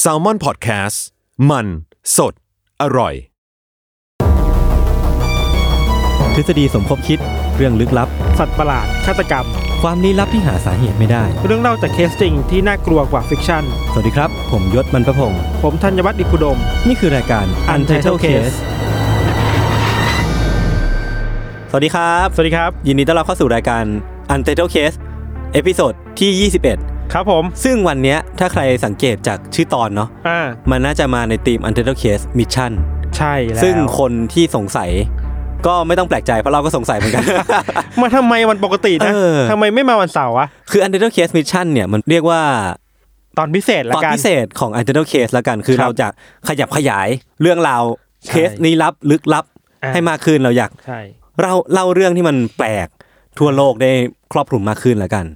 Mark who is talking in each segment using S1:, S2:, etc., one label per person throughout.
S1: แซลมอนพอดแคสต์มันสดอร่อย
S2: ทฤษฎีสมคบคิดเรื่องลึกลับ
S3: สัตว์ประหลาดฆาตกรรม
S2: ความลี้ลับที่หาสาเหตุไม่ได้
S3: เรื่องเล่าจากเคสจริงที่น่ากลัวกว่าฟิกชั่น
S2: สวัสดีครับ ผมยศมันประพงศ์
S3: ผมธัญวัฒน์อิพุดม
S2: นี่คือรายการ Untitled Case สวัสดีครับ
S3: สวัสดีครับ
S2: ยินดีต้อนรับเข้าสู่รายการ Untitled Case เอพิโซดที่ 21
S3: ครับผม
S2: ซึ่งวันเนี้ยถ้าใครสังเกตจากชื่อตอนเนาะ
S3: อ่า
S2: มันน่าจะมาในทีม Untitled Case Mission
S3: ใช่แล้ว
S2: ซึ่งคนที่สงสัย ก็ไม่ต้องแปลกใจเพราะเราก็สงสัยเหมือนกัน
S3: มาทำไมวันปกตินะ
S2: เออ
S3: ทำไมไม่มาวันเสาร์อะ
S2: คือ Untitled Case Mission เนี่ยมันเรียกว่า
S3: ตอนพิเศษละ
S2: ตอน
S3: กัน
S2: พิเศษของ u n t i t l e Case ละกันคือ
S3: ครับ
S2: เราจะขยับขยายเรื่องราว
S3: ใช่
S2: เคสนี้ลับลึกลับ
S3: อ่า
S2: ให้มากขึ้นเราอยาก
S3: ใช่
S2: เราเล่าเรื่องที่มันแปลกทั่วโลกได้ครอบคลุมมากขึ้นละกัน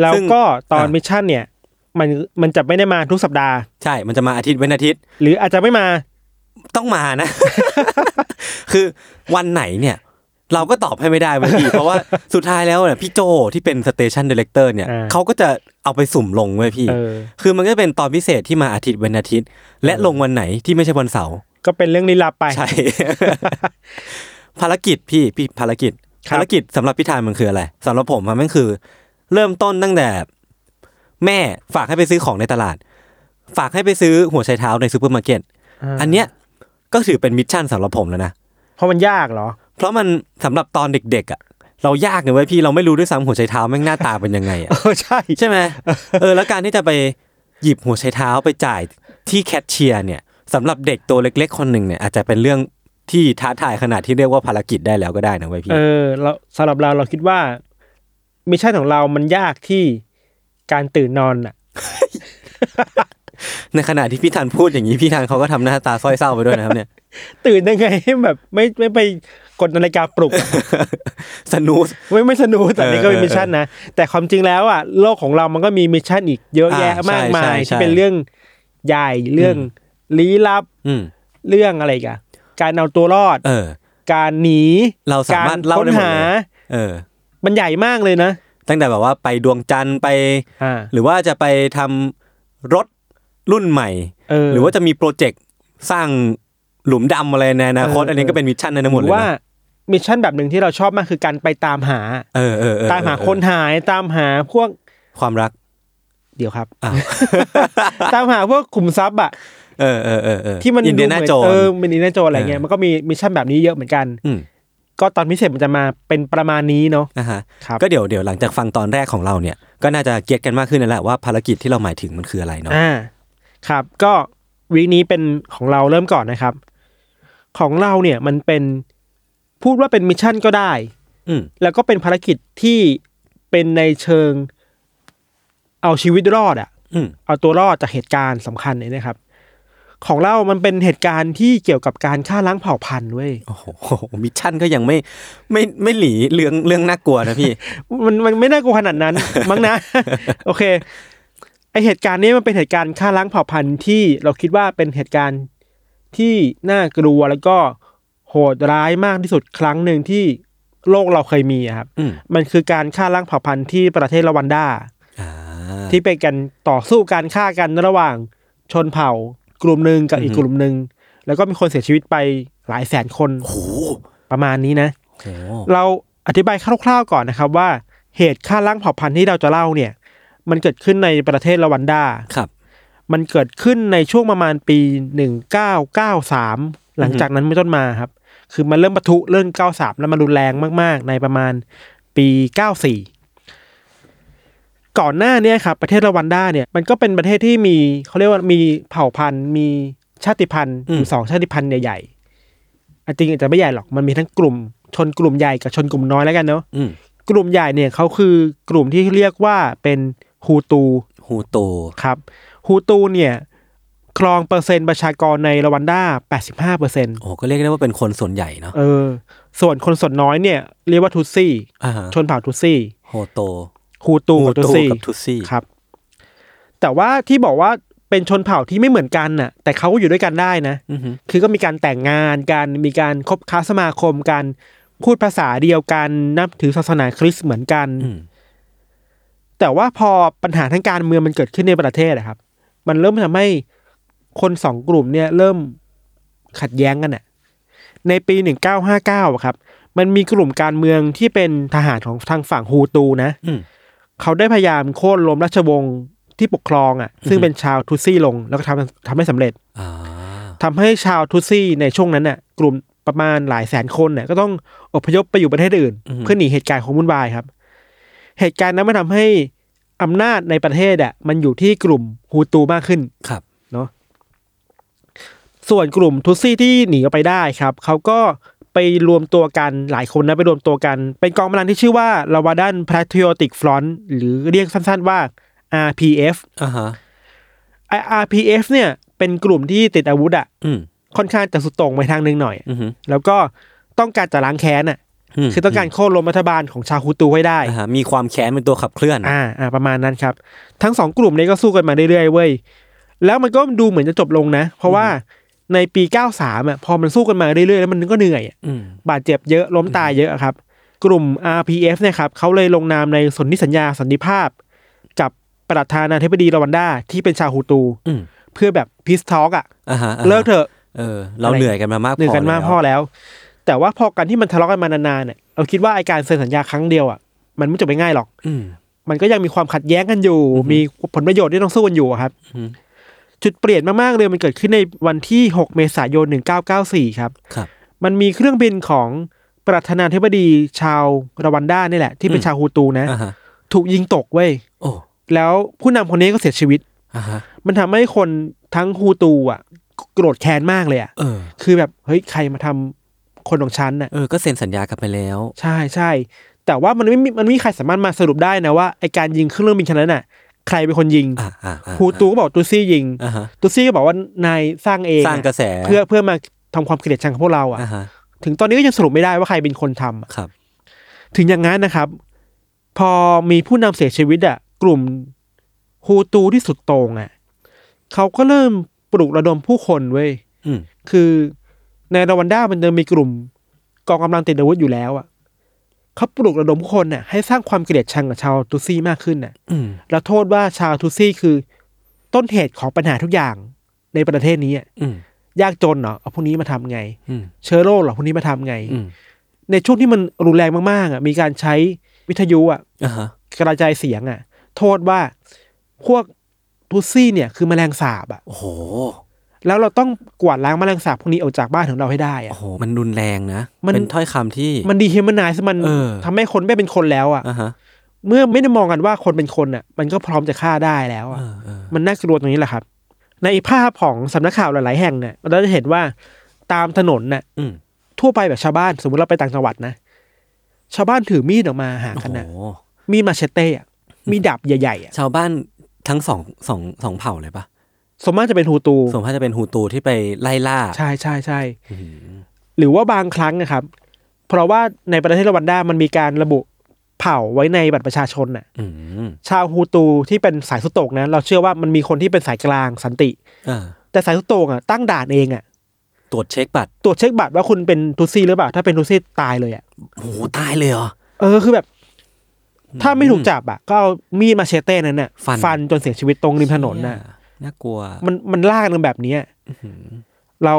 S3: แล้ว
S2: ซึ่ง
S3: ก็ตอน
S2: อ่ะ
S3: มิชชั่นเนี่ยมันมันจะไม่ได้มาทุกสัปดาห์
S2: ใช่มันจะมาอาทิตย์เว้นอาทิตย์
S3: หรืออาจจะไม่มา
S2: ต้องมา นะ คือวันไหนเนี่ย เราก็ตอบให้ไม่ได้บางที เพราะว่าสุดท้ายแล้วเนี่ยพี่โจที่เป็นสเตชันดีเลกเตอร์เนี่ย
S3: อ่า
S2: เขาก็จะเอาไปสุ่มลงไว้ยพี่
S3: เออ
S2: คือมันก็เป็นตอนพิเศษที่มาอาทิตย์เว้นอาทิตย์ และลงวันไหนที่ไม่ใช่วันเสาร์
S3: ก็เป็นเรื่องลี้ลับไป
S2: ใช่ ภารกิจพี่พี่ภารกิจ
S3: ครับ
S2: ภารกิจสำหรับพี่ทานมันคืออะไรสำหรับผมอะมันคือ เริ่มต้นตั้งแต่ แม่ฝากให้ไปซื้อของในตลาด ฝากให้ไปซื้อหัวไชเท้าในซูเปอร์มาร์เก็ตอันเนี้ยก็ถือเป็นมิชชั่นสำหรับผมแล้วนะ
S3: เพราะมันยากเหรอ
S2: เพราะมันสำหรับตอนเด็ก ๆ อ่ะ เรายากเลยเว้ยพี่เราไม่รู้ด้วยซ้ำหัวไชเท้าแม่งหน้าตาเป็นยังไงอะ
S3: เออใช่
S2: ใช่ไหมเออแล้วการที่จะไปหยิบหัวไชเท้าไปจ่ายที่แคชเชียร์เนี่ยสำหรับเด็กตัวเล็ก ๆ คนหนึ่งเนี่ยอาจจะเป็นเรื่องที่ท้าทายขนาดที่เรียกว่าภารกิจได้แล้วก็ได้นะเว้ยพี่
S3: เออเราสำหรับเราเราคิดว่ามิชชั่นของเรามันยากที่การตื่นนอนอ่ะ
S2: ในขณะที่พี่ธันพูดอย่างนี้พี่ธันเขาก็ทำหน้าตาซ้อยเศร้าไปด้วยนะครับเนี่ย
S3: ตื่นยังไงให้แบบไม่ไม่ไปกดนาฬิกาปลุกอะ
S2: สนุส
S3: ไม่ไม่สนุกแต่นี่ก็เป็
S2: เออ
S3: น
S2: เออ
S3: มิชชั่นนะ แต่ความจริงแล้วอ่ะโลกของเรามันก็มีมิชชั่นอีกเยอะแยะ
S2: อ่าใช่
S3: มากมา
S2: ใช่
S3: ย
S2: ใช่
S3: ที่เป็นเรื่องใหญ่เรื่องลี้ลับ
S2: อืม
S3: เรื่องอะไรอีกันการเอาตัวรอด
S2: เออ
S3: การหนี
S2: เราสามารถเล่าได้หมดเลย
S3: กค้นหา
S2: เออ
S3: มันใหญ่มากเลยนะ
S2: ตั้งแต่แบบว่าไปดวงจันทร์ไป
S3: อ่า
S2: หรือว่าจะไปทำรถรุ่นใหม่
S3: เออ
S2: หรือว่าจะมีโปรเจกต์สร้างหลุมดำอะไรในอนาคต
S3: เอออั
S2: อันนี้ก็เป็นมิชชั่นนั้นหมด
S3: ห
S2: เล
S3: รื
S2: ย
S3: อว่า
S2: นะ
S3: มิชชั่นแบบหนึ่งที่เราชอบมากคือการไปตามหา
S2: เออเออเออ
S3: ตามหาคนหายตามหาพวก
S2: ความ รัก
S3: เดี๋ยวครับ
S2: อ้าว
S3: ตามหาพวกขุมทรัพย์อ่ะ
S2: เออเออเออเออ
S3: ที่มัน
S2: อินเดียนา
S3: หมื
S2: โจน
S3: เออมันอินเดียนาโจนอะไรเงี้ย
S2: เออ
S3: มันก็มีมิชชั่นแบบนี้เยอะเหมือนกัน
S2: อืม
S3: ก็ตอนพิเศษมันจะมาเป็นประมาณนี้เนาะ
S2: นะฮะ
S3: ครับ
S2: ก็เดี๋ยวเดี๋ยวหลังจากฟังตอนแรกของเราเนี่ย ก็น่าจะเก็ตกันมากขึ้นแล้วแหละว่าภารกิจที่เราหมายถึงมันคืออะไรเนาะ
S3: อ่าครับก็วีคนี้เป็นของเราเริ่มก่อนนะครับ ของเราเนี่ยมันเป็นพูดว่าเป็นมิชชั่นก็ได้
S2: อืม
S3: แล้วก็เป็นภารกิจที่เป็นในเชิงเอาชีวิตรอดอะ
S2: อืม
S3: เอาตัวรอดจากเหตุการณ์สำคัญเนี่ยนะครับ ของเรามันเป็นเหตุการณ์ที่เกี่ยวกับการฆ่าล้างเผ่าพันธุ์เว้ย
S2: โอ้โหมิชชั่นก็ยังไม่ไม่ไม่หลีเรื่องเรื่องน่ากลัวนะ พี่
S3: มันมันไม่น่ากลัวขนาด นั้น มั้งนะ โอเค ไอเหตุการณ์นี้มันเป็นเหตุการณ์ฆ่าล้างเผ่าพันธุ์ที่เราคิดว่าเป็นเหตุการณ์ที่น่ากลัวแล้วก็โหดร้ายมากที่สุดครั้งหนึ่งที่โลกเราเคยมีอะครับ
S2: อืม
S3: มันคือการฆ่าล้างเผ่าพันธุ์ที่ประเทศรวันดา
S2: อ่า
S3: ที่เป็นการต่อสู้การฆ่ากันระหว่างชนเผ่ากลุ่มหนึ่งกับ
S2: อือฮึ
S3: อีกกลุ่มหนึ่งแล้วก็มีคนเสียชีวิตไปหลายแสนคน
S2: โอ้โห
S3: ประมาณนี้นะ
S2: โอ้โห
S3: เราอธิบายคร่าวๆก่อนนะครับว่าเหตุฆ่าล้างเผ่าพันธุ์ที่เราจะเล่าเนี่ย มันเกิดขึ้นในประเทศรวันดา
S2: ครับ
S3: มันเกิดขึ้นในช่วงประมาณปี 1993 หลังจากนั้นไม่ต้นมาครับ คือมันเริ่มปะทุเริ่ม93 แล้วมันรุนแรงมาก ๆ ในประมาณปี 94 ก่อนหน้าเนี้ครับ ประเทศรวันดาเนี่ย มันก็เป็นประเทศที่มีเขาเรียกว่ามีเผ่าพันธุ์ มีชาติพันธุ์
S2: อืม
S3: อยู่สองชาติพันธุ์ใหญ่ๆอ่ะจริงอาจจะไม่ใหญ่หรอก มันมีทั้งกลุ่ม ชนกลุ่มใหญ่กับชนกลุ่มน้อยแล้วกันเนาะ
S2: อืม
S3: กลุ่มใหญ่เนี่ยเขาคือกลุ่มที่เรียกว่าเป็นฮูตู
S2: ฮูโต
S3: ครับฮูตูเนี่ยครองเปอร์เซ็นต์ประชากรในรวันดา 85เปอร์เซ็นต์
S2: โอ้โหก็เรียกได้ว่าเป็นคนส่วนใหญ่เนาะ
S3: เออ ส่วนคนส่วนน้อยเนี่ยเรียกว่าทุตซี่
S2: อ่าฮะ
S3: ชนเผ่าทุตซี่
S2: โฮโต
S3: ฮูตูกับทุตซี่
S2: กับทุตซี่
S3: ครับ แต่ว่าที่บอกว่าเป็นชนเผ่าที่ไม่เหมือนกันน่ะ แต่เขาก็อยู่ด้วยกันได้นะ
S2: อือฮึ
S3: คือก็มีการแต่งงานกันมีการคบค้าสมาคมกันพูดภาษาเดียวกันนับถือศาสนาคริสต์เหมือนกัน
S2: อืม
S3: แต่ว่าพอปัญหาทางการเมืองมันเกิดขึ้นในประเทศนะครับ มันเริ่มทำให้คนสองกลุ่มเนี่ยเริ่มขัดแย้งกันอะในปี 1959อะครับ มันมีกลุ่มการเมืองที่เป็นทหารของทางฝั่งฮูตูนะ
S2: อืม
S3: เขาได้พยายามโค่นล้มราชวงศ์ที่ปกครองอะ่ะ ซึ่งเป็นชาวทุตซี่ลงแล้วก็ทำทำให้สำเร็จ
S2: อ่า
S3: ทำให้ชาวทุตซี่ในช่วงนั้นน่ะ กลุ่มประมาณหลายแสนคนน่ะก็ต้องอพยพไปอยู่ประเทศอื่น เพื่อหนีเหตุการณ์ของวุ่นวายครับ เหตุการณ์นั้นมันทำให้อำนาจในประเทศอ่ะมันอยู่ที่กลุ่มฮูตูมากขึ้น
S2: ครับ
S3: ส่วนกลุ่มทุตซี่ที่หนีออกไปได้ครับเขาก็ไปรวมตัวกันหลายคนนะไปรวมตัวกัน เป็นกองกำลังที่ชื่อว่า l าวาดัน p พ a t ิ o อติกฟลอนหรือเรียกสั้นๆว่า RPF
S2: อ่าฮะ
S3: ไอ้ RPF เนี่ยเป็นกลุ่มที่ติดอาวุธอ่ะ
S2: อืม
S3: ค่อนข้างจะสุดโต่งไปทางหนึ่งหน่อย
S2: อือฮึ
S3: แล้วก็ต้องการจะล้างแค้นอ่ะ คือต้องการโค่นล้มรัฐบาลของชาวฮูตูให้ได้
S2: อ่าฮะมีความแค้นเป็นตัวขับเคลื่อน
S3: อ่าอ่าประมาณนั้นครับ ทั้งสองกลุ่มนี้ก็สู้กันมาเรื่อยๆเว้ย แล้วมันก็ดูเหมือนจะจบลงนะ เพราะว่าในปี 93อ่ะพอมันสู้กันมาเรื่อยๆ แล้วมันก็เหนื่อยอะ
S2: อืม
S3: บาดเจ็บเยอะล้มตายเยอะอะครับ กลุ่ม RPF เนะครับเขาเลยลงนามในสนธิสัญญาสันติภาพ กับประธานาธิบดีรวันดาที่เป็นชาวฮูตู
S2: อืม
S3: เพื่อแบบพิสทอกอ่ะ
S2: อ่าฮะอ่าฮะ
S3: เลิกเถอะ
S2: เออ เรา
S3: อะไร
S2: เหนื่อยกันมามากพอ
S3: หนึ่งกันมาก
S2: แล้ว
S3: พ่อแล้ว แต่ว่าพอกันที่มันทะเลาะกันมานานๆเนี่ยเราคิดว่าไอการเซ็นสัญญาครั้งเดียวอ่ะมันไม่จบไปง่ายหรอก
S2: อืม
S3: มันก็ยังมีความขัดแย้งกันอยู่ มีผลประโยชน์ที่ต้องสู้กันอยู่อะครับ
S2: อือฮึ
S3: จุดเปลี่ยนมากๆเลยมันเกิดขึ้นในวันที่ 6 เมษายน 1994 ครับ
S2: ครับ
S3: มันมีเครื่องบินของประธานาธิบดีชาวรวันด้านี่แหละ ที่เป็น
S2: อืม
S3: ชาวฮูตูนะ
S2: อ่าฮะ
S3: ถูกยิงตกเว้ย
S2: โอ้
S3: แล้วผู้นำคนนี้ก็เสียชีวิต
S2: อ่าฮะ
S3: มันทำให้คนทั้งฮูตูอ่ะ โกรธแค้นมากเลยอ่ะ
S2: เออ
S3: คือแบบเฮ้ยใครมาทำคนของฉันน่ะ
S2: เออ ก็เซ็นสัญญากันไปแล้ว
S3: ใช่ใช่ แต่ว่ามันไม่มีมันไม่มีใครสามารถมาสรุปได้นะว่าไอการยิงเครื่องบินครั้งนั้นน่ะ ใครเป็นคนยิง
S2: อ่าอ่าอ่า
S3: ฮูตูก็บอกตูซี่ยิง
S2: อ่าฮะ
S3: ตูซี่ก็บอกว่านายสร้างเอง
S2: สร้างกระแส
S3: เพื่อเพื่อมาทำความเกลียดชังของพวกเราอ่ะ
S2: อ่าฮะ
S3: ถึงตอนนี้ก็ยังสรุปไม่ได้ว่าใครเป็นคนทำอะ
S2: ครับ
S3: ถึงอย่างนั้นนะครับ พอมีผู้นำเสียชีวิตอ่ะ กลุ่มฮูตูที่สุดโต่งอ่ะเขาก็เริ่มปลุกระดมผู้คนเว้ย
S2: อืม
S3: คือในรวันด้ามันจะมีกลุ่มกองกำลังติดอาวุธอยู่แล้วอ่ะเขาปลุกระดมผู้คนน่ะให้สร้างความเกลียดชังกับชาวตูซี่มากขึ้นน่ะ
S2: อืม
S3: แล้วโทษว่าชาวทูซี่คือต้นเหตุของปัญหาทุกอย่างในประเทศนี้อะ
S2: อืม
S3: ยากจนเหรอเอาพวกนี้มาทำไง
S2: อืม
S3: เชื้อโรคเหรอพวกนี้มาทำไง
S2: อืม
S3: ในช่วงที่มันรุนแรงมากๆอ่ะมีการใช้วิทยุอ่ะ
S2: อ่าฮะ
S3: กระจายเสียงอ่ะ โทษว่าพวกทูซี่เนี่ยคือแมลงสาบอ่ะ
S2: โอ้โห
S3: แล้วเราต้องกวาดล้างแมลงสาบพวกนี้ออกจากบ้านของเราให้ได้
S2: โอ้
S3: อ่ะ
S2: โห มันรุนแรงนะ
S3: มัน
S2: เป็นถ้อยคำที่
S3: มันดีเฮมันไนซ์มัน
S2: เออ
S3: ทำให้คนไม่เป็นคนแล้วอ่ะ
S2: อ่าฮะ
S3: เมื่อไม่ได้มองกันว่าคนเป็นคนอ่ะ มันก็พร้อมจะฆ่าได้แล้วอ่ะ
S2: เออเออ
S3: มันน่ากลัวตรงนี้แหละครับ ในภาพของสำนักข่าวหลาย ๆ แห่งเนี่ยเราจะเห็นว่าตามถนนน่ะ
S2: อืม
S3: ทั่วไปแบบชาวบ้านสมมติเราไปต่างจังหวัดนะชาวบ้านถือมีดออกมาหา
S2: โอ้
S3: กันนะ
S2: โห
S3: มีดมาเชเต้อะมีดาบใหญ่ ๆอะ
S2: ชาวบ้านทั้งสองสองสองเผ่าเลยปะ
S3: สมมติจะเป็นฮูตู
S2: สมมติจะเป็นฮูตูที่ไปไล่ล่า
S3: ใช่ใช่ใช่
S2: อื้อหือ
S3: หรือว่าบางครั้งนะครับ เพราะว่าในประเทศรวันดามันมีการระบุเผ่าไว้ในบัตรประชาชนน่ะ
S2: อืม
S3: ชาวฮูตูที่เป็นสายสุดโตกนะเราเชื่อว่ามันมีคนที่เป็นสายกลางสันติ
S2: อ่า
S3: แต่สายสุดโตกอ่ะตั้งด่านเองอ่ะ
S2: ตรวจเช็คบัตร
S3: ตรวจเช็คบัตรว่าคุณเป็นทุตซี่หรือเปล่า ถ้าเป็นทุตซี่ตายเลยอ่ะ
S2: โห ตายเลยเหรอ
S3: เออคือแบบ ถ้าไม่ถูกจับอ่ะ ก็เอามีดมาเชเต้นั้นน่ะ
S2: ฟัน
S3: นจนเสียชีวิตตรงริมถนนน่ะ
S2: เยน่ากลัว
S3: มันมันลากกันแบบเนี้ยเรา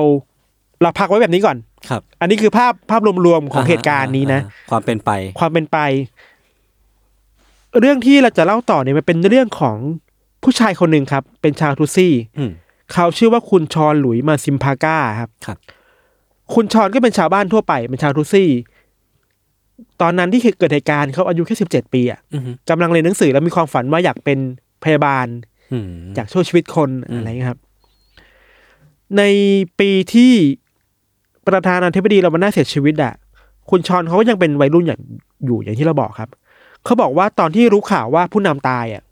S3: เราพักไว้แบบนี้ก่อน
S2: ครับ
S3: อันนี้คือภาพภาพรวมๆของเหตุการณ์นี้นะ
S2: อ่าความเป็นไป
S3: ความเป็นไป เรื่องที่เราจะเล่าต่อเนี่ยมันเป็นเรื่องของผู้ชายคนหนึ่งครับ เป็นชาวทุตซี่
S2: อืม
S3: เขาชื่อว่าคุณชอนหลุยมาซิมพาก้าครับ
S2: ครับ
S3: คุณชอนก็เป็นชาวบ้านทั่วไปเป็นชาวทุตซี่ ตอนนั้นที่เกิดเหตุการณ์เขาอายุแค่สิบเจ็ดปีอ่ะ
S2: อืม
S3: กำลังเรียนหนังสือแล้วมีความฝันว่าอยากเป็นพยาบาล
S2: อืม
S3: อยากช่วยชีวิตคนอะไรเงี้ยครับ ในปีที่ประธานาธิบดีเรามันน่าเสียชีวิตอะคุณชอนเขาก็ยังเป็นวัยรุ่นอย่างอยู่อย่างที่เราบอกครับ เขาบอกว่าตอนที่รู้ข่าวว่าผู้นำตายอะ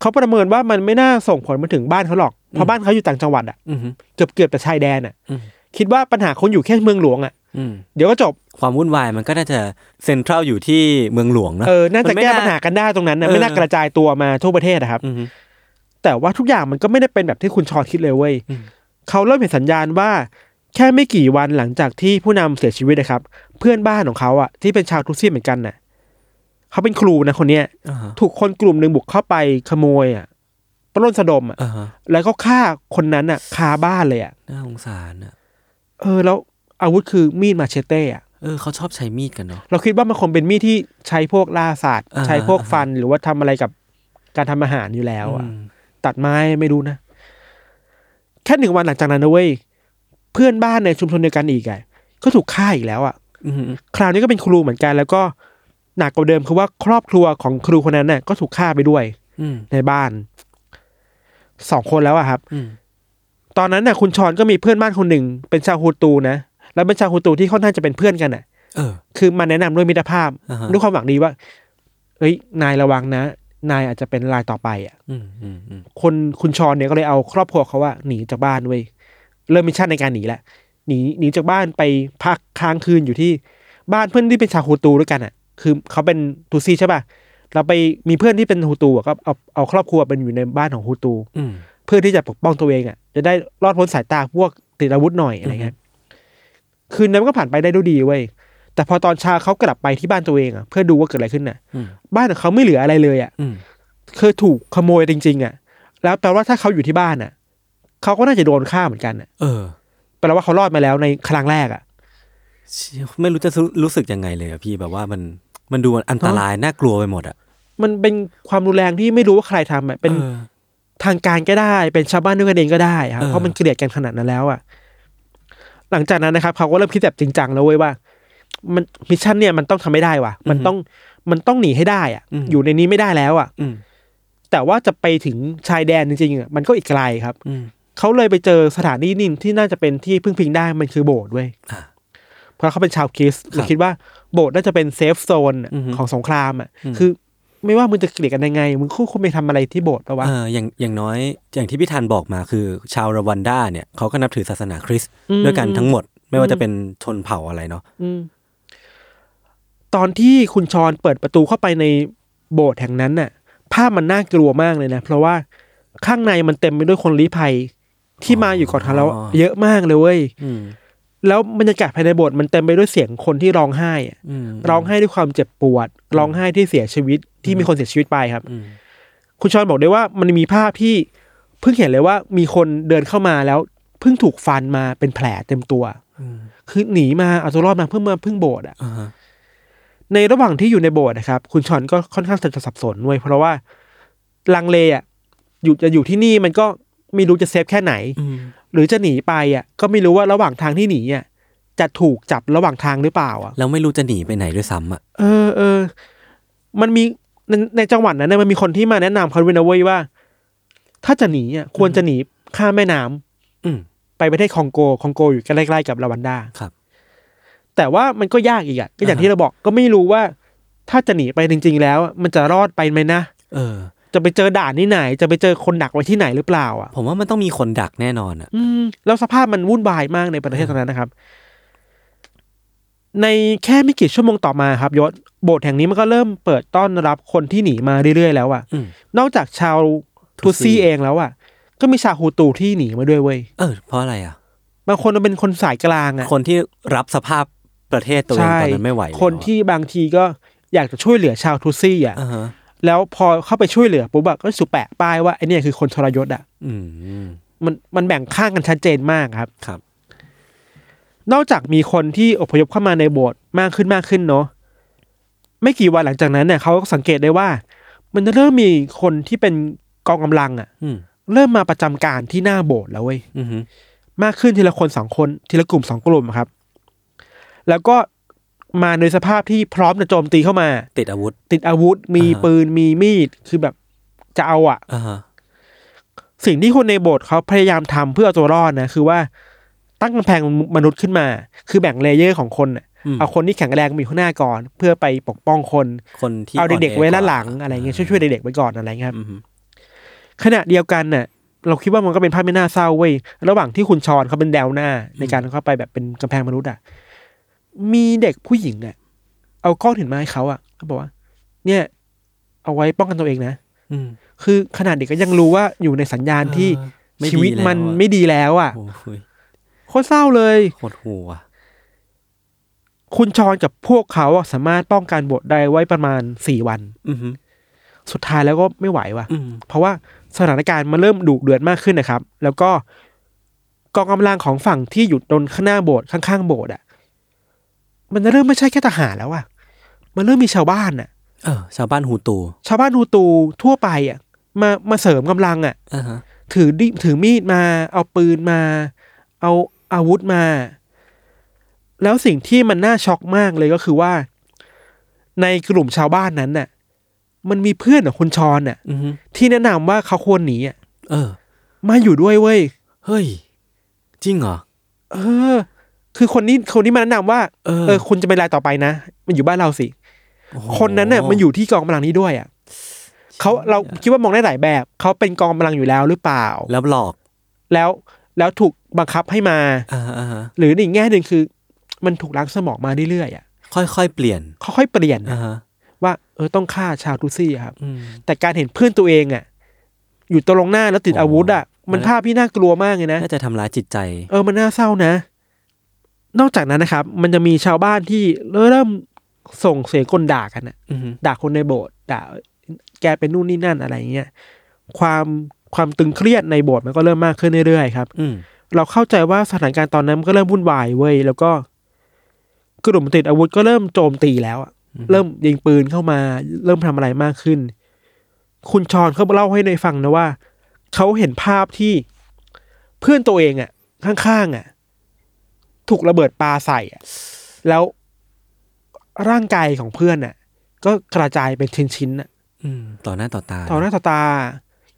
S3: เขาประเมินว่ามันไม่น่าส่งผลมาถึงบ้านเขาหรอกเพราะบ้านเขาอยู่ต่างจังหวัดอะ
S2: อืม
S3: เกือบเกือบแต่ชายแดนอะ
S2: อืม
S3: คิดว่าปัญหาคนอยู่แค่เมืองหลวงอะ
S2: อืม
S3: เดี๋ยวก็จบ
S2: ความวุ่นวายมันก็น่าจะเซ็นทรัลอยู่ที่เมืองหลวงนะ
S3: เออน่าจะ
S2: มันไม่
S3: แก้
S2: น่า
S3: ปัญหากันได้ตรงนั้นนะไม่น่า
S2: เออ
S3: กระจายตัวมาทั่วประเทศนะครับ
S2: อืม
S3: แต่ว่าทุกอย่างมันก็ไม่ได้เป็นแบบที่คุณชอนคิดเลยเว้ย
S2: อืม
S3: เขาเริ่มเห็นสัญญาณว่า แค่ไม่กี่วันหลังจากที่ผู้นำเสียชีวิตนะครับ เพื่อนบ้านของเขาอะที่เป็นชาวทุตซี่เหมือนกันน่ะเขาเป็นครูนะคนเนี้ย
S2: อ่าฮะ
S3: ถูกคนกลุ่มหนึ่งบุกเข้าไปขโมยอะ ปล้นสะดมอ่ะ
S2: อ่าฮะ
S3: แล้วก็ฆ่าคนนั้นอ่ะคาบ้านเลยอ่ะ
S2: น่าสงสารอ่ะ
S3: เออแล้วอาวุธคือมีดมาเชเต้อ่ะ
S2: เออเขาชอบใช้มีดกันเนาะ
S3: เราคิดว่ามันคงเป็นมีดที่ใช้พวกล่าสัตว์
S2: อ่าฮะ
S3: ใช้พวกฟันหรือว่าทำอะไรกับการทำอาหารอยู่แล้วอ่ะ
S2: อืม
S3: ตัดไม้ไม่รู้นะ แค่หนึ่งวันหลังจากนั้นนะเว้ย เพื่อนบ้านในชุมชนเดียวกันอีกไงก็ถูกฆ่าอีกแล้วอะ่ะ
S2: อืม
S3: คราวนี้ก็เป็นครูเหมือนกัน แล้วก็หนักกว่าเดิมคือว่าครอบครัวของครูคนนั้นน่ะก็ถูกฆ่าไปด้วย
S2: อืม
S3: ในบ้านสองคนแล้วอะครับ
S2: อืม
S3: ตอนนั้นน่ะ คุณชอนก็มีเพื่อนบ้านคนหนึ่ง เป็นชาวฮูตูนะแล้วเป็นชาวฮูตูที่ค่อนข้างจะเป็นเพื่อนกันน่ะ
S2: เออ
S3: คือมาแนะนำด้วยมิตรภาพ
S2: อ่าฮะ
S3: ด้วยความหวังดีว่า เอ้ย นายระวังนะ นายอาจจะเป็นรายต่อไปอ่ะ
S2: อืมอืมอืม
S3: คนคุณชอนเนี่ยก็เลยเอาครอบครัวเขาว่าหนีจากบ้านเว้ยเริ่มมิชชั่นในการหนีแหละหนีหนีจากบ้านไปพักค้างคืนอยู่ที่บ้านเพื่อนที่เป็นชาวฮูตูด้วยกันอ่ะ คือเขาเป็นทูซีใช่ป่ะเราไปมีเพื่อนที่เป็นฮูตูอ่ะก็เอาเอาครอบครัวเป็นอยู่ในบ้านของฮูตู
S2: อืม
S3: เพื่อที่จะปกป้องตัวเองอ่ะ จะได้รอดพ้นสายตาพวกติดอาวุธหน่อยอะไรเงี้ยคืนนั้นมันก็ผ่านไปได้ด้วยดีเว้ยแต่พอตอนเช้าเขากลับไปที่บ้านตัวเองอ่ะเพื่อดูว่าเกิดอะไรขึ้นน่ะ
S2: อืม
S3: บ้านของเขาไม่เหลืออะไรเลยอ่ะ
S2: อืม
S3: เคยถูกขโมยจริง ๆ อ่ะ แล้วแปลว่าถ้าเขาอยู่ที่บ้านอ่ะ เขาก็น่าจะโดนฆ่าเหมือนกันอ่ะ
S2: เออ
S3: แปลว่าเขารอดมาแล้วในครั้งแรกอ่ะ
S2: ไม่รู้จะรู้สึกยังไงเลยอะพี่แบบว่ามันมันดูอันตรายน่ากลัวไปหมดอะ
S3: มันเป็นความรุนแรงที่ไม่รู้ว่าใครทำอ่ะ เป็น
S2: ออ
S3: ทางการก็ได้ เป็นชาวบ้านด้วยกันเองก็ได้ครับ
S2: เออ
S3: เพราะมันเกลียดกันขนาดนั้นแล้วอ่ะ หลังจากนั้นนะครับ เขาก็เริ่มคิดแบบจริงจังแล้วเว้ยว่า มันมิชชั่นเนี่ยมันต้องทำไม่ได้ว่ะ มันต้องมันต้องหนีให้ได้อ่ะ อยู่ในนี้ไม่ได้แล้วอ่ะ
S2: อืม
S3: แต่ว่าจะไปถึงชายแดนจริงๆอ่ะมันก็อีกไกลครับ
S2: อืม
S3: เขาเลยไปเจอสถานที่หนิ่งที่น่าจะเป็นที่พึ่งพิงได้มันคือโบสถ์เว้ย
S2: อ่า
S3: เพราะเขาเป็นชาวคริสต์
S2: ครับ
S3: เราคิดว่าโบสถ์น่าจะเป็นเซฟโซนน่ะ
S2: อือฮึ
S3: ของสงครามอ่ะ
S2: อืม
S3: คือไม่ว่ามึงจะเกลียดกันยังไง มึงคู่คุณไปทำอะไรที่โบสถ์ปะวะ
S2: เอออย่างอย่างน้อยอย่างที่พี่ธันบอกมาคือ ชาวรวันด้าเนี่ยเขาก็นับถือศาสนาคริสต์
S3: ม
S2: ด้วยกันทั้งหมด ไม่ว่าจะเป็นชนเผ่าอะไรเนาะ
S3: อืมตอนที่คุณชอนเปิดประตูเข้าไปในโบสถ์แห่งนั้นน่ะ ภาพมันน่ากลัวมากเลยนะ เพราะว่าข้างในมันเต็มไปด้วยคนลี้ภัยที่มาอยู่ก่อนเขาแล้วเยอะมากเลยเว้ย
S2: อืม
S3: แล้วบรรยากาศภายในโบสถ์มันเต็มไปด้วยเสียงคนที่ร้องไห้อะ
S2: อืม
S3: ร้องไห้ด้วยความเจ็บปวด ร้องไห้ที่เสียชีวิตที่มีคนเสียชีวิตไปครับ
S2: อืม
S3: คุณชอนบอกได้ว่ามันมีภาพที่เพิ่งเห็นเลยว่ามีคนเดินเข้ามาแล้วเพิ่งถูกฟันมาเป็นแผลเต็มตัว
S2: อืม
S3: คือหนีมาเอาตัวรอดมาเพื่อมาเพิ่งโบสถ์อะ
S2: อ่าฮะ
S3: ในระหว่างที่อยู่ในโบสถ์นะครับ คุณชอนก็ค่อนข้างจะสับสนด้วยเพราะว่าลังเลอะอยู่จะอยู่ที่นี่มันก็ไม่รู้จะเซฟแค่ไหน
S2: อืม
S3: หรือจะหนีไปอะก็ไม่รู้ว่าระหว่างทางที่หนีอะจะถูกจับระหว่างทางหรือเปล่าอะ
S2: แล้วไม่รู้จะหนีไปไหนด้วยซ้ำอ่ะ
S3: เออเออ มันมีในในจังหวัดนั้นนะมันมีคนที่มาแนะนำเขาด้วยนะเว้ยว่า ถ้าจะหนีอ่ะควรจะหนีข้ามแม่น้ำ
S2: อืม
S3: ไปประเทศคองโกคองโกอยู่ใกล้ๆกับรวันดา
S2: ครับ
S3: แต่ว่ามันก็ยากอีกอ่ะก็อย่างที่เราบอกก็ไม่รู้ว่า ถ้าจะหนีไปจริง ๆ แล้วอะมันจะรอดไปไหมนะ
S2: เออ
S3: จะไปเจอด่านที่ไหน จะไปเจอคนดักไว้ที่ไหนหรือเปล่าอ่ะ
S2: ผมว่ามันต้องมีคนดักแน่นอนอ่ะ
S3: อืมแล้วสภาพมันวุ่นวายมากในประเทศตอนนั้นนะครับ ในแค่ไม่กี่ชั่วโมงต่อมาครับยศโบสถ์แห่งนี้มันก็เริ่มเปิดต้อนรับคนที่หนีมาเรื่อยๆแล้วอะ่ะ
S2: อืม
S3: นอกจากชาวทู
S2: ทูซี่
S3: ซี่เองแล้วอะ่ะ ก็มีชาวฮูตูที่หนีมาด้วยเว้ย
S2: เออ เพราะอะไรอ่ะ
S3: บางคนมันเป็นคนสายกลางอะ่ะ
S2: คนที่รับสภาพประเทศตัวเองตอนนั้นไม่ไหวแล้วอะ
S3: คนที่บางทีก็อยากจะช่วยเหลือชาวทูซี่อ่ะ
S2: อ่าฮะ
S3: แล้วพอเข้าไปช่วยเหลือปุ๊บอะก็สุแปะป้ายว่าไอเนี่ยคือคนทรยศอ่ะ
S2: อืม
S3: มันมันแบ่งข้างกันชัดเจนมากครับ
S2: ครับ
S3: นอกจากมีคนที่อพยพเข้ามาในโบสถ์มากขึ้นมากขึ้นเนาะไม่กี่วันหลังจากนั้นเนี่ยเขาก็สังเกตได้ว่า มันเริ่มมีคนที่เป็นกองกำลังอะ
S2: อืม
S3: เริ่มมาประจำการที่หน้าโบสถ์แล้วเว้ย
S2: อืมฮึ
S3: มากขึ้นทีละคนสองคนทีละกลุ่มสองกลุ่มอะครับ แล้วก็มาในสภาพที่พร้อมจะโจมตีเข้ามา
S2: ติดอาวุธ
S3: ติดอาวุธ มี
S2: อ่าฮะ
S3: ปืนมีมีดคือแบบจะเอาอะ
S2: อ่าฮะ
S3: สิ่งที่คนในโบสถ์เขาพยายามทำเพื่อเอาตัวรอดนะคือว่าตั้งกำแพงมนุษย์ขึ้นมา คือแบ่งเลเยอร์ของคนอะ
S2: อืม
S3: เอาคนที่แข็งแรงมาอยู่ข้างหน้าก่อน เพื่อไปปกป้องคน
S2: คนที่
S3: เอาเด็ก
S2: อ่อนแ
S3: ๆไว้ด้านหลังอะไรเงี้ยช่วยๆเด็กๆไว้ก่อนอะไรเงี้ยครับ
S2: อืมฮึ
S3: ขณะเดียวกันน่ะ เราคิดว่ามันก็เป็นภาพไม่น่าเศร้าเว้ยระหว่างที่คุณชอนเขาเป็นแดวหน้า ในการเข้าไปแบบเป็นกำแพงมนุษย์อ่ะมีเด็กผู้หญิงอ่ะเอาก้อนหินมาให้เขาอ่ะเขาบอกว่า เนี่ย เอาไว้ป้องกันตัวเองนะ
S2: อืม
S3: คือขนาดเด็กก็ยังรู้ว่าอยู่ในสัญญาณที่
S2: เออไม่ดี
S3: ชีวิตมัน
S2: แล้วอะ
S3: ไม่ดีแล้วอ่ะ
S2: โอ้ย
S3: โคตรเศร้าเลย
S2: โคตรหัว
S3: คุณชอนกับพวกเขาอะสามารถป้องกันบทได้ไว้ประมาณสี่วัน
S2: อืมฮึ
S3: สุดท้ายแล้วก็ไม่ไหวว่ะ
S2: อืม
S3: เพราะว่า สถานการณ์มันเริ่มดุเดือดมากขึ้นนะครับ แล้วก็กองกำลังของฝั่งที่อยู่ตรงข้างหน้าโบสถ์ข้างๆโบสถ์อ่ะ มันเริ่มไม่ใช่แค่ทหารแล้วอ่ะ มันเริ่มมีชาวบ้านอ่ะ
S2: เออชาวบ้านฮูตู
S3: ชาวบ้านฮูตูทั่วไปอ่ะ มามาเสริมกำลังอ่ะ
S2: อ่าฮะ
S3: ถือดิถือมีดมาเอาปืนมา เอาอาวุธมา แล้วสิ่งที่มันน่าช็อกมากเลยก็คือว่า ในกลุ่มชาวบ้านนั้นน่ะ มันมีเพื่อนของคุณชอนน่ะ
S2: อือฮึ
S3: ที่แนะนำว่าเขาควรหนีอ่ะ
S2: เออ
S3: มาอยู่ด้วยเว้ย
S2: เฮ้ย จริงเหรอ
S3: เออ คือคนนี้คนนี้มาแนะนำว่า
S2: เออ
S3: เออ คุณจะเป็นรายต่อไปนะมันอยู่บ้านเราสิ
S2: โอ้โห
S3: คนนั้นน่ะมันอยู่ที่กองกำลังนี้ด้วยอ่ะเขาเราคิดว่ามองได้หลายแบบเขาเป็นกองกำลังอยู่แล้วหรือเปล่า
S2: แล้วหลอก
S3: แล้วแล้วถูกบังคับให้มา
S2: อ่าอ่าฮะ
S3: หรืออีกแง่หนึ่งคือมันถูกล้างสมองมาเรื่อยๆอ่ะ
S2: ค่อยๆเปลี่ยน
S3: ค่อยๆเปลี่ยน
S2: อ่าฮะ
S3: ว่าเออต้องฆ่าชาวทุซี่ครับ
S2: อืม
S3: แต่การเห็นเพื่อนตัวเองอ่ะ อยู่ตรงหน้าแล้วติด
S2: โอ้
S3: อาวุธอ่ะ มันภาพที่น่ากลัวมากเลยนะ
S2: น่าจะทำร้ายจิตใจ
S3: เออมันน่าเศร้านะ นอกจากนั้นนะครับ มันจะมีชาวบ้านที่เริ่มส่งเสียงกลด่ากันอ่ะ
S2: อือฮึ
S3: ด่าคนในโบสถ์ด่าแกเป็นนู่นนี่นั่นอะไรอย่างเงี้ยความความตึงเครียดในโบสถ์มันก็เริ่มมากขึ้นเรื่อยๆครับ
S2: อืม
S3: เราเข้าใจว่าสถานการณ์ตอนนั้นมันก็เริ่มวุ่นวายเว้ยแล้วก็กลุ่มติดอาวุธก็เริ่มโจมตีแล้วอะเริ่มยิงปืนเข้ามา เริ่มทำอะไรมากขึ้น คุณชอนเขาเล่าให้ในฟังนะว่าเขาเห็นภาพที่เพื่อนตัวเองอะข้างๆอะถูกระเบิดปาใส่อะแล้วร่างกายของเพื่อนอะก็กระจายเป็นชิ้นๆอะ
S2: อืมต่อหน้าต่อตา
S3: ต่อหน้าต่อตา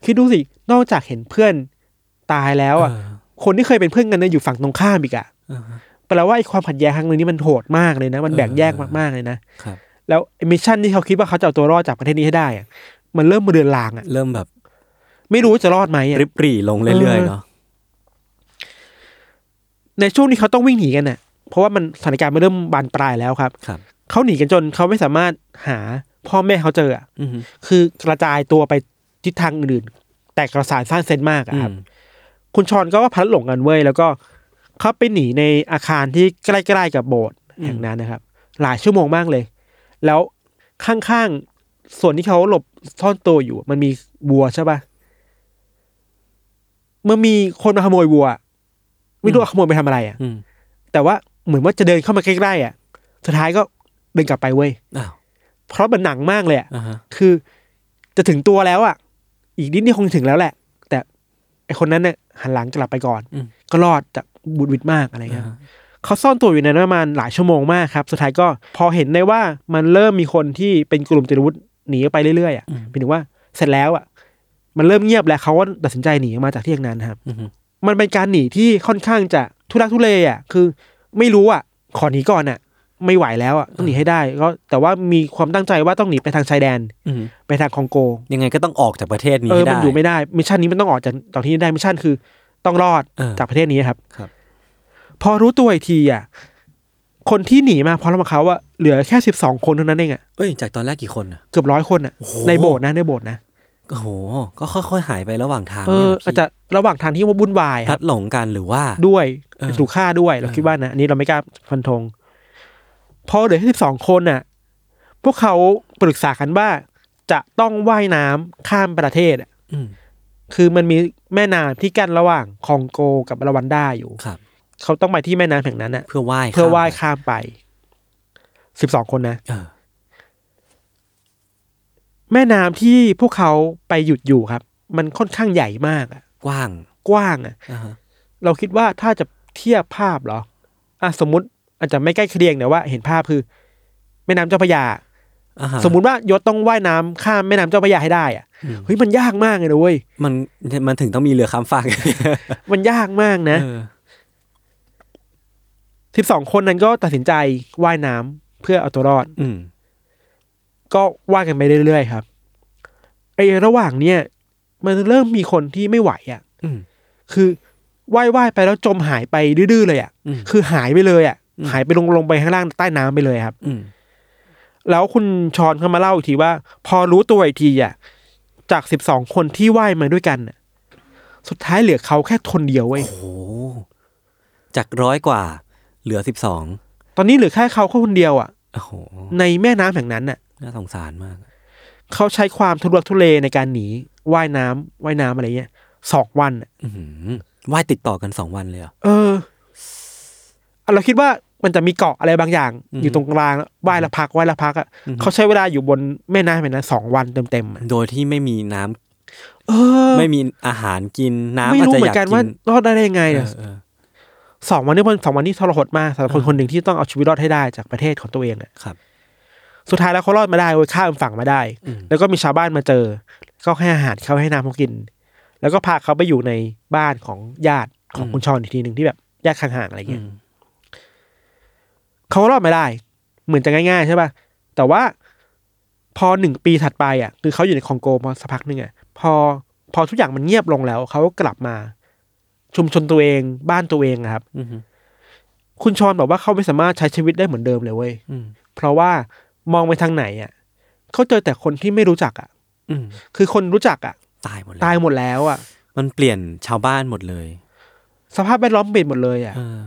S3: คิดดูสิ นอกจากเห็นเพื่อนตายแล้วอ่ะ
S2: เออ
S3: คนที่เคยเป็นเพื่อนกันเนี่ยอยู่ฝั่งตรงข้ามอีกอ่ะ
S2: อ่าฮะ
S3: แปลว่าไอ้ความขัดแย้งครั้งนี้มันโหดมากเลยนะ มันแบ่งแยก
S2: เออ
S3: มากๆเลยนะ
S2: ครับ
S3: แล้วไอ้มิชชั่นที่เขาคิดว่าเขาจะเอาตัวรอดจากประเทศนี้ให้ได้อะมันเริ่มมาเดือนลางอ่ะ
S2: เริ่มแบบ
S3: ไม่รู้ว่าจะรอดไหมอะ
S2: ริบหรี่ลงเรื่อยๆเนาะ
S3: ในช่วงที่เขาต้องวิ่งหนีกันน่ะ เพราะว่ามันสถานการณ์มันเริ่มบานปลายแล้วครับ
S2: ครับ
S3: เขาหนีกันจนเขาไม่สามารถหาพ่อแม่เขาเจออะ
S2: อือฮึ
S3: คือกระจายตัวไปทิศทางอื่นๆ แต่กระสานสร้างเซนมากอะครับ
S2: อืม
S3: คุณชอนก็พลัดหลงกันเว้ยแล้วก็เขาไปหนีในอาคารที่ใกล้ๆกับโบสถ์แห่งนั้นนะครับ หลายชั่วโมงมากเลย แล้วข้างๆส่วนที่เขาหลบซ่อนตัวอยู่ มันมีวัวใช่ปะมันมีคนมาขโมยวัว ไม่รู้ว่าขโมยไปทำอะไรอะ่ะ
S2: อืม
S3: แต่ว่าเหมือนว่าจะเดินเข้ามาใกล้ๆอะ่ะ สุดท้ายก็เดินกลับไปเว้ย
S2: อ้าว
S3: เพราะมันหนังมากเลยอะ
S2: อ่าฮะ
S3: คือจะถึงตัวแล้วอะ่ะ อีกนิดนี่คงถึงแล้วแหละ แต่ไอคนนั้นเนี่ยหันหลังกลับไปก่อน
S2: อืม
S3: ก็รอดจากบุดหวิดมากอะไร
S2: อ่า
S3: เงี้ย
S2: ฮะ
S3: เขาซ่อนตัวอยู่ในนั้นประมาณหลายชั่วโมงมากครับ สุดท้ายก็พอเห็นได้ว่ามันเริ่มมีคนที่เป็นกลุ่มติดอาวุธหนีไปเรื่อยๆอ่ะเป็นถึงว่าเสร็จแล้วอ่ะ มันเริ่มเงียบแล้วเขาก็ตัดสินใจหนีออกมาจากที่อย่างนั้นครับ
S2: อือฮึ
S3: มันเป็นการหนีที่ค่อนข้างจะทุรักทุเลอ่ะ คือไม่รู้อ่ะ ขอหนีก่อนอ่ะ ไม่ไหวแล้วอ่ะต้องหนีให้ได้ก็แต่ว่ามีความตั้งใจว่าต้องหนีไปทางชายแดน
S2: อือฮึ
S3: ไปทางคองโก
S2: ยังไงก็ต้องออกจากประเทศนี้
S3: เออ
S2: ให้
S3: มัน
S2: ได้
S3: อยู่ไม่ได้มิชชั่นนี้มันต้องออกจากจากที่นี่ได้มิชชั่นคือ ต้องรอด
S2: เออ
S3: จากประเทศนี้ครับ
S2: ครับ
S3: พอรู้ตัวอีกทีอ่ะ คนที่หนีมาพร้อมกับเขาอ่ะเหลือแค่สิบสองคนเท่านั้นเองอ่ะ
S2: เอ้ย จากตอนแรกกี่คนอ่ะ
S3: เกือบร้อยคนอ่ะ
S2: โอ้โห
S3: ในโบสถ์นะในโบสถ์นะ
S2: โอ้โห ก็ค่อยๆหายไประหว่างทาง
S3: เออ
S2: นี่ย
S3: อาจจะระหว่างทางที่ว่าวุ่นวาย
S2: พี่
S3: ค
S2: พลั
S3: รั
S2: ด
S3: บ
S2: หลงกันหรือว่า
S3: ด้วย
S2: เออ
S3: ถูกฆ่าด้วยเราคิดว่านะอันนี้เราไม่กล้าฟันธงพอเหลือแค่สิบสองคนอ่ะ พวกเขาปรึกษากันว่า จะต้องว่ายน้ำข้ามประเทศอ่ะ
S2: อืม
S3: คือมันมีแม่น้ำที่กั้นระหว่างคองโกกับรวันด้าอยู่
S2: ครับ
S3: เขาต้องไปที่แม่น้ำแห่งนั้นอ่ะ
S2: เพื่อไหว้
S3: เพื่อว่าย
S2: ข้
S3: ข้ามไปสิบสองคนนะ
S2: มเออ
S3: แม่น้ำที่พวกเขาไปหยุดอยู่ครับ มันค่อนข้างใหญ่มากอะ
S2: กว้าง
S3: กว้างอะ
S2: อ่าฮะ
S3: เราคิดว่าถ้าจะเทียบภาพเหรออ่ะสมมติอาจจะไม่ใกล้เคียงแต่ว่าเห็นภาพคือ แม่น้ำเจ้าพระยา
S2: อ่าฮะ
S3: สมมุติว่ายศต้องว่ายน้ำข้ามแม่น้ำเจ้าพระยาให้ได้อะ
S2: อืม
S3: เฮ้ยมันยากมากเลยนะเว้ย
S2: มันมันถึงต้องมีเรือข้ามฟาก
S3: มันยากมากนะ
S2: เออ
S3: สิบสองคนนั้นก็ตัดสินใจว่ายน้ำเพื่อเอาตัวรอด
S2: อืม
S3: ก็ว่ากันไปเรื่อยๆครับไอ้ระหว่างเนี้ยมันเริ่มมีคนที่ไม่ไหวอ่ะ
S2: อืม
S3: คือว่ายว่ายๆไปแล้วจมหายไปดื้อๆเลยอ่ะ
S2: อืม
S3: คือหายไปเลยอ่ะ
S2: อืม
S3: หายไปลงลงไปข้างล่างใต้น้ำไปเลยครับ
S2: อืม
S3: แล้วคุณชอนเขามาเล่าอีกทีว่า พอรู้ตัวอีกทีอ่ะ จากสิบสองคนที่ว่ายมาด้วยกันน่ะสุดท้ายเหลือเขาแค่คนเดียวเว้ย
S2: โอ้โหจากร้อยกว่า เหลือสิบสอง
S3: ตอนนี้เหลือแค่เขาแค่คนเดียวอ่ะ
S2: โอ้โห
S3: ในแม่น้ำแห่งนั้นน่ะ
S2: น่าสงสารมาก
S3: เขาใช้ความทุรกทุเลในการหนีว่ายน้ำว่ายน้ำอะไรเงี้ยสองวันอะ
S2: อื้อหือว่ายติดต่อกันสองวันเลยเหรอ
S3: เอออ่ะเราคิดว่ามันจะมีเกาะอะไรบางอย่าง อยู่ตรงกลางแล้วว่ายและพักว่ายและพักอ่ะเขาใช้เวลาอยู่บนแม่น้ำแบบนั้นสองวันเต็มๆอะ
S2: โดยที่ไม่มีน้ำ
S3: เออ
S2: ไม่มีอาหารกินน้ำ
S3: ไม่
S2: อาจ
S3: รู้
S2: จะ
S3: เหมือย
S2: อาก
S3: นกัน
S2: กิ
S3: ว่าน รอดได้ได้ยังไง
S2: เอ
S3: อะ
S2: อเออ
S3: สองวันนี้เป็นสองวันที่ทรหดมากสำหรับคนคนหนึ่งที่ต้องเอาชีวิตรอดให้ได้จากประเทศของตัวเองเนี่ย
S2: ครับ
S3: สุดท้ายแล้วเขารอดมาได้เว้ยข้ามฝั่งมาได้ แล้วก็มีชาวบ้านมาเจอ ก็ให้อาหารเขาให้น้ำเขากิน แล้วก็พาเขาไปอยู่ในบ้านของญาติของคุณชอนอีกทีหนึ่งที่แบบญาติห่างๆอะไรเงี้ยเขารอดมาได้ เหมือนจะง่ายๆใช่ป่ะแต่ว่าพอหนึ่งปีถัดไปอ่ะคือเขาอยู่ในคองโกมาสักพักหนึ่งอ่ะพอพอทุกอย่างมันเงียบลงแล้วเขาก็กลับมา ชุมชนตัวเองบ้านตัวเองอะครับ
S2: อื้อหือ
S3: คุณชอนบอกว่าเขาไม่สามารถใช้ชีวิตได้เหมือนเดิมเลยเว้ย
S2: อืม
S3: เพราะว่ามองไปทางไหนอ่ะเขาเจอแต่คนที่ไม่รู้จักอ่ะ
S2: อืม
S3: คือคนรู้จักอ่ะ
S2: ตายหมดเลย
S3: ตายหมดแล้วอ่ะ
S2: มันเปลี่ยนชาวบ้านหมดเลย
S3: สภาพแวดล้อมเปลี่ยนหมดเลยอ่ะ
S2: เออ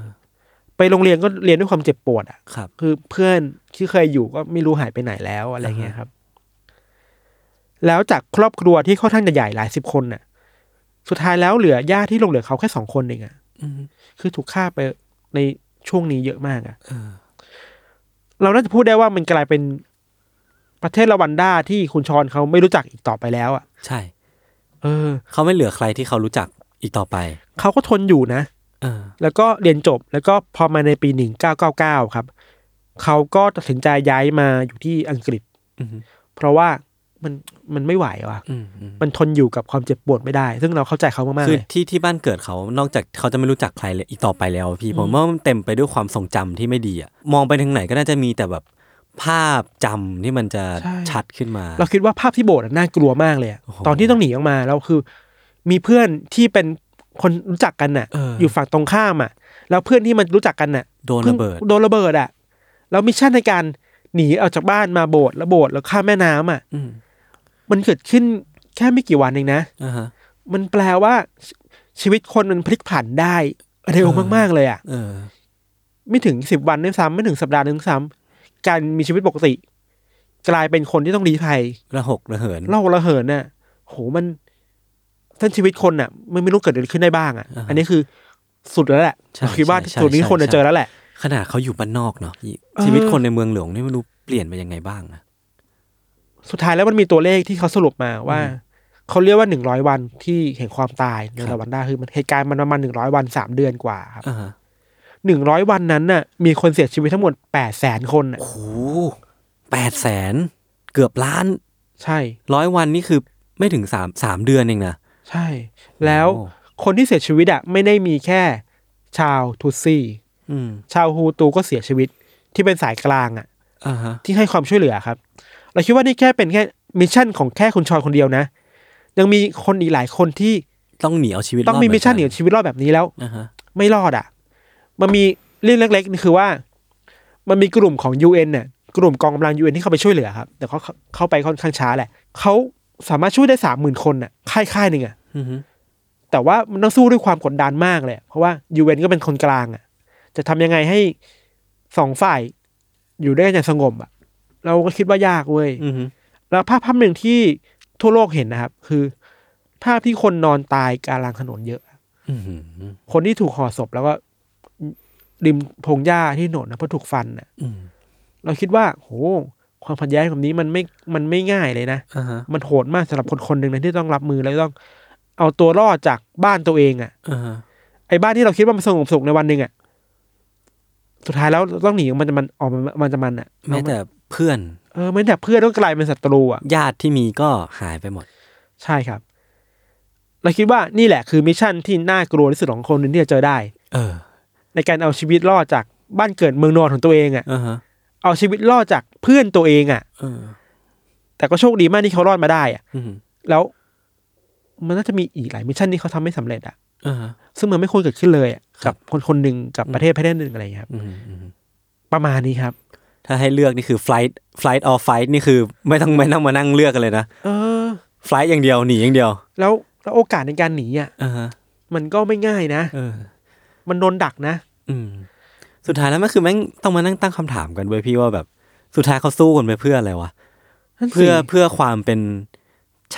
S3: ไปโรงเรียนก็เรียนด้วยความเจ็บปวดอ่ะ
S2: ครับ
S3: คือเพื่อนที่เคยอยู่ก็ไม่รู้หายไปไหนแล้วอะไรเงี้ยครับ แล้วจากครอบครัวที่ค่อนข้างจะใหญ่หลายสิบคนน่ะ สุดท้ายแล้วเหลือญาติที่ลงเหลือเขาแค่สองคนเองอ่ะ
S2: อืม
S3: คือถูกฆ่าไปในช่วงนี้เยอะมากอ่ะ
S2: เออ
S3: เราน่าจะพูดได้ว่ามันกลายเป็นประเทศรวันด้าที่คุณชอนเขาไม่รู้จักอีกต่อไปแล้วอ่ะ
S2: ใช่
S3: เออ
S2: เขาไม่เหลือใครที่เขารู้จักอีกต่อไป
S3: เขาก็ทนอยู่นะ
S2: เออ
S3: แล้วก็เรียนจบ แล้วก็พอมาในปีหนึ่งเก้าเก้าเก้าครับ เขาก็ตัดสินใจย้ายมาอยู่ที่อังกฤษ
S2: อืม
S3: เพราะว่ามันมันไม่ไหวว่ะ
S2: อืมอืม
S3: มันทนอยู่กับความเจ็บปวดไม่ได้ ซึ่งเราเข้าใจเขามากๆ
S2: คือ
S3: เลย
S2: ที่ที่บ้านเกิดเขานอกจากเขาจะไม่รู้จักใครเลยอีกต่อไปแล้วพี่ผมว่ามันเต็มไปด้วยความทรงจำที่ไม่ดีอะมองไปทางไหนก็น่าจะมีแต่แบบภาพจำที่มันจะ
S3: ใช่
S2: ชัดขึ้นมา
S3: เราคิดว่าภาพที่โบสถ์อะน่ากลัวมากเลยอะ
S2: โอ้โห
S3: ตอนที่ต้องหนีออกมาแล้วคือ มีเพื่อนที่เป็นคนรู้จักกันน่ะ
S2: เอออ
S3: ยู่ฝั่งตรงข้ามอ่ะ แล้วเพื่อนที่มันรู้จักกันน่ะ
S2: โดนระเบิด
S3: พิ่งโดนระเบิดอ่ะแล้วมิชชั่นในการหนีออกจากบ้านมาโบสถ์แล้วโบสถ์แล้วข้ามแม่น้ำอ่ะ
S2: อืม
S3: มันเกิดขึ้นแค่ไม่กี่วันเองนะ
S2: อ่าฮะ
S3: มันแปลว่าชชีวิตคนมันพลิกผันได้เร็ว
S2: เออ
S3: มากๆเลยอ่ะ
S2: เออ
S3: ไม่ถึงสิบวันด้วยซ้ำไม่ถึงสัปดาห์หนึ่งด้วยซ้ำการมีชีวิตปกติ กลายเป็นคนที่ต้องรีภัย
S2: ระหกระเหิน
S3: เล่าระเหินน่ะโหมันเส้นชีวิตคนน่ะ มันไม่รู้เกิดอะไรขึ้นได้บ้างอ่ะ อันนี้คือสุดแล้วแหละ
S2: ใช่
S3: เราคิดว่า
S2: ใช่ใช่
S3: จุดนี้คนจะ
S2: ใช่
S3: เจอแล้วแหละ
S2: ขนาดเขาอยู่บ้านนอกเนาะพี่
S3: เออ
S2: ชีวิตคนในเมืองหลวงนี่ไม่รู้เปลี่ยนไปยังไงบ้างนะ
S3: สุดท้ายแล้วมันมีตัวเลขที่เขาสรุปมาว่า เขาเรียกว่าหนึ่งร้อยวันที่แห่งความตายในรวันด้าคือมันเหตุการณ์มันประมาณหนึ่งร้อยวันสามเดือนกว่าครับ
S2: อ่าฮะ
S3: หนึ่งร้อยวันนั้นน่ะ มีคนเสียชีวิตทั้งหมดแปดแสนคนน่ะ
S2: โอ้โหแปดแสนเกือบล้าน
S3: ใช่
S2: ร้อยวันนี่คือไม่ถึงสามสามเดือนเองนะ
S3: ใช่ แล้ว
S2: โอ้
S3: คนที่เสียชีวิตอ่ะไม่ได้มีแค่ ชาวทูตซี่
S2: อืม
S3: ชาวฮูตูก็เสียชีวิตที่เป็นสายกลางอ่ะ
S2: อ่าฮะ
S3: ที่ให้ความช่วยเหลือครับ เราคิดว่านี่แค่เป็นแค่มิชชั่นของแค่คุณชอยคนเดียวนะ ยังมีคนอีกหลายคนที่
S2: ต้องหนีเอาชีวิตรด
S3: ต้องมีมิชชั่นห
S2: เห
S3: นี
S2: มือ
S3: เอาชีวิตรอดแบบนี้แล้ว
S2: อ่าฮะ
S3: ไม่รอดอ่ะ มันมีเรื่องเล็กๆนี่คือว่า มันมีกลุ่มของ UN เนี่ยกลุ่มกองกำลัง UN ที่เข้าไปช่วยเหลือครับ แต่เขาเข้าเข้าไปค่อนข้างช้าแหละเขาสามารถช่วยได้สามหมื่นคนน่ะค่ายค่ายหนึ่งอ่ะ
S2: อือฮึ
S3: แต่ว่ามันต้องสู้ด้วยความกดดันมากเลย เพราะว่า UN ก็เป็นคนกลางอ่ะ จะทำยังไงให้สองฝ่ายอยู่ด้วยกันอย่างสงบอ่ะ เราก็คิดว่ายากเว้ย
S2: อือฮึ
S3: แล้วภาพภาพหนึ่งที่ทั่วโลกเห็นนะครับ คือ ภาพที่คนนอนตายกลางถนนเยอะ
S2: อือฮึ
S3: คนที่ถูกห่อศพแล้วก็ริมพงหญ้าที่โหนดนะเพราะถูกฟันน่ะ
S2: อืม
S3: เราคิดว่าโหความขัดแย้งแบบนี้มันไม่มันไม่ง่ายเลยนะ
S2: อ่าฮะ
S3: มันโหดมากสำหรับคนคนหนึ่งนะที่ต้องรับมือแล้วต้อง เอาตัวรอดจากบ้านตัวเองอะ่ะ
S2: อ่าฮะ
S3: ไอ้บ้านที่เราคิดว่ามันสงบสุขในวันหนึ่งอะ่ะสุดท้ายแล้วต้องหนีมันจะมันออกมันมันจะมันอะ่ะ
S2: แม้แต่เพื่อน
S3: เออไม่แต่เพื่อนก็กลายเป็นศัตรูอ่ะ
S2: ญาติที่มีก็หายไปหมด
S3: ใช่ครับ เราคิดว่านี่แหละคือมิชชั่นที่น่ากลัวที่สุดของคนหนึ่งที่จะเจอได้
S2: เออ
S3: ในการเอาชีวิตรอดจากบ้านเกิดเมืองนอนของตัวเองอ่ะ
S2: อ่าฮะ
S3: เอาชีวิตรอดจากเพื่อนตัวเองอะ่ะ
S2: เออ
S3: แต่ก็โชคดีมากที่เขารอดมาได้อะ่ะ
S2: อือฮึ
S3: แล้ว มันน่าจะมีอีกหลายมิชชั่นที่เขาทำไม่สำเร็จอะ่ะ
S2: อ่าฮะ
S3: ซึ่งมันไม่ควรเกิดขึ้นเลยอะ
S2: ครั
S3: กับ บคนคนหนึ่งกับประเทศประเทศหนึ่งอะไรอย่างเงี้ยครับ
S2: อือฮึอือฮึ
S3: ประมาณนี้ครับ
S2: ถ้าให้เลือกนี่คือ flight flight or fight นี่คือไม่ต้องไม่ต้องมานั่งเลือกกันเลยนะ
S3: เออ
S2: flight อย่างเดียวหนีอย่างเดียว
S3: แล้วแล้วโอกาสในการหนีอะ่ะ
S2: อ่าฮะ
S3: มันก็ไม่ง่ายนะ
S2: เออ
S3: มันโดนดักนะ
S2: อืม สุดท้ายแล้วมันคือแม่งต้องมานั่งตั้งคำถามกันเว้ยพี่ว่าแบบ สุดท้ายเขาสู้กันไปเพื่ออะไรวะ
S3: นั่นสิ
S2: เพื่อเพื่อความเป็น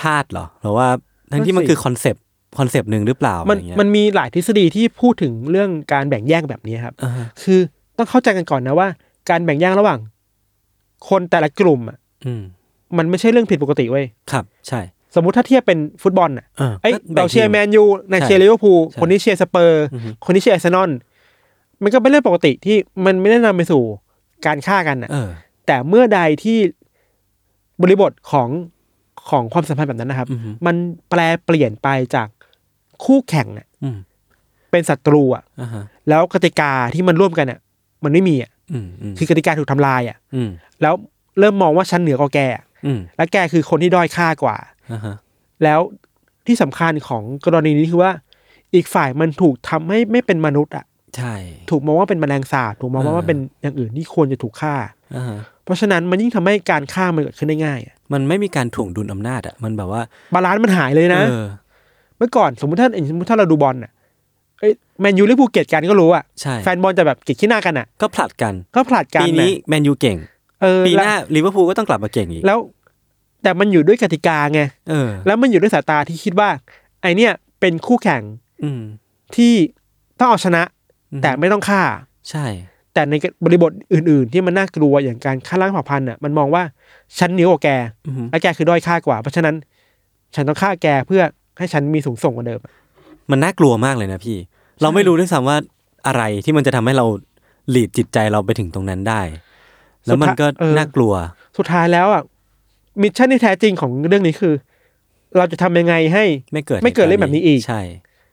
S2: ชาติเหรอหรือว่าทั้งที่มัน
S3: นั่นสิ
S2: คือคอนเซปต์คอนเซปต์หนึ่งหรือเปล่า
S3: มัน
S2: อะไรเงี้ย
S3: มันมีหลายทฤษฎีที่พูดถึงเรื่องการแบ่งแยกแบบนี้ครับ
S2: เออ
S3: คือต้องเข้าใจกันก่อนนะว่า การแบ่งแยกระหว่าง คนแต่ละกลุ่มอ่ะ
S2: อืม
S3: มันไม่ใช่เรื่องผิดปกติเว้ย
S2: ครับ ใช่
S3: สมมติถ้าเทียบเป็นฟุตบอลอ่ะ
S2: เออ
S3: เอ้ย
S2: ก็แบ่ง
S3: เราเชียร์
S2: ที
S3: แมนยูนายเชียร์ลิเวอร์พูล
S2: ใช่
S3: คนนี้เชียร์สเปอร์
S2: อือฮึ
S3: คนนี้เชียร์อาร์เซนอลมันก็เป็นเรื่องปกติที่มันไม่ได้นำไปสู่การฆ่ากันอ่ะ
S2: เออ
S3: แต่เมื่อใดที่บริบทของของความสัมพันธ์แบบนั้นนะครับ
S2: อือฮึ
S3: มันแปลเปลี่ยนไปจากคู่แข่งอะ
S2: อืม
S3: เป็นศัตรูอ่ะ
S2: อ่าฮะ
S3: แล้วกติกาที่มันร่วมกันอ่ะ มันไม่มีอ่ะ
S2: อืมอืม
S3: คือกติกาถูกทำลายอ่ะ
S2: อืม
S3: แล้วเริ่มมองว่าฉันเหนือกว่าแกอะ
S2: อืม
S3: และแกคือคนที่ด้อยค่ากว่า
S2: อ่าฮะ
S3: แล้วที่สำคัญของกรณีนี้คือว่า อีกฝ่ายมันถูกทำให้ไม่เป็นมนุษย์อ่ะ
S2: ใช่
S3: ถูกมองว่าเป็นแมลงสาบถูกมอง
S2: เออ
S3: ว่าเป็นอย่างอื่นที่ควรจะถูกฆ่า
S2: อ่าฮะ
S3: เพราะฉะนั้นมันยิ่งทำให้การฆ่ามันเกิดขึ้นได้ง่ายอะ
S2: มันไม่มีการถ่วงดุลอำนาจอ่ะมันแบบว่า
S3: บาลานซ์มันหายเลยนะ
S2: เออ
S3: เมื่อก่อนสมมติถ้าสมมติถ้าเราดูบอลน่ะเอ้ยแมนยูลิเวอร์พูลเกลียดกันก็รู้อ่ะ
S2: ใช่
S3: แฟนบอลจะแบบเกลียดขี้หน้ากันอ่ะ
S2: ก็ผลัดกัน
S3: ก็ผลัดกันะ
S2: ปีนี้แมนยูเก่ง
S3: เออ
S2: ปีห
S3: แล้ว
S2: น้าลิเวอร์พูลก็ต้องกลับมาเก่งอีก
S3: แล้ว แต่มันอยู่ด้วยกติกาไง
S2: เออ
S3: แล้วมันอยู่ด้วยสายตาที่คิดว่า ไอเนี่ยเป็นคู่แข่ง
S2: อืม
S3: ที่ต้องเอาชนะ แต่ไม่ต้องฆ่า
S2: ใช่
S3: แต่ในบริบทอื่น ๆ ที่มันน่ากลัวอย่างการฆ่าล้างเผ่าพันธุ์อ่ะมันมองว่าฉันเหนือกว่าแก
S2: อืม
S3: และแกคือด้อยค่ากว่า เพราะฉะนั้น ฉันต้องฆ่าแกเพื่อให้ฉันมีสูงส่งกว่าเดิมอะ
S2: มันน่ากลัวมากเลยนะพี่ เราไม่รู้ด้วยซ้ำว่าอะไรที่มันจะทำให้เราหลีดจิตใจเราไปถึงตรงนั้นได้ แล้วมันก็
S3: สุดท้ายเออ
S2: น่ากลัว
S3: สุดท้ายแล้วอ่ะมิชชั่นที่แท้จริงของเรื่องนี้คือ เราจะทำยังไงให้
S2: ไม่เกิด
S3: ไม่เกิดเรื่องแบบนี้อีก
S2: ใช่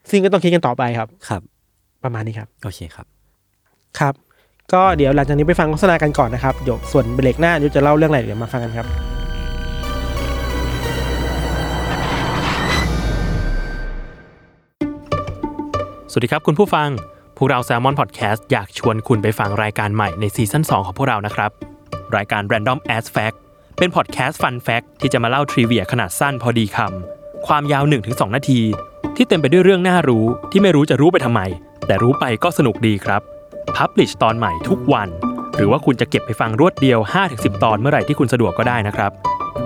S3: ซึ่งก็ต้องคิดกันต่อไปครับ
S2: ครับ
S3: ประมาณนี้ครับ
S2: โอเคครับ
S3: ครับ ก็เดี๋ยวหลังจากนี้ไปฟังโฆษณากันก่อนนะครับเดี๋ยวส่วนเบรกหน้าเดี๋ยวจะเล่าเรื่องอะไรเดี๋ยวมาฟังกันครับ
S4: สวัสดีครับคุณผู้ฟัง พวกเราแซลมอนพอดแคสต์อยากชวนคุณไปฟังรายการใหม่ในซีซั่น2 ของพวกเรานะครับ รายการ Random As Fact เป็นพอดแคสต์ Fun Fact ที่จะมาเล่าทริเวียขนาดสั้นพอดีคำ ความยาว 1-2 นาที ที่เต็มไปด้วยเรื่องน่ารู้ที่ไม่รู้จะรู้ไปทำไม แต่รู้ไปก็สนุกดีครับพับลิชตอนใหม่ทุกวัน หรือว่าคุณจะเก็บไปฟังรวดเดียว 5-10 ตอนเมื่อไหร่ที่คุณสะดวกก็ได้นะครับ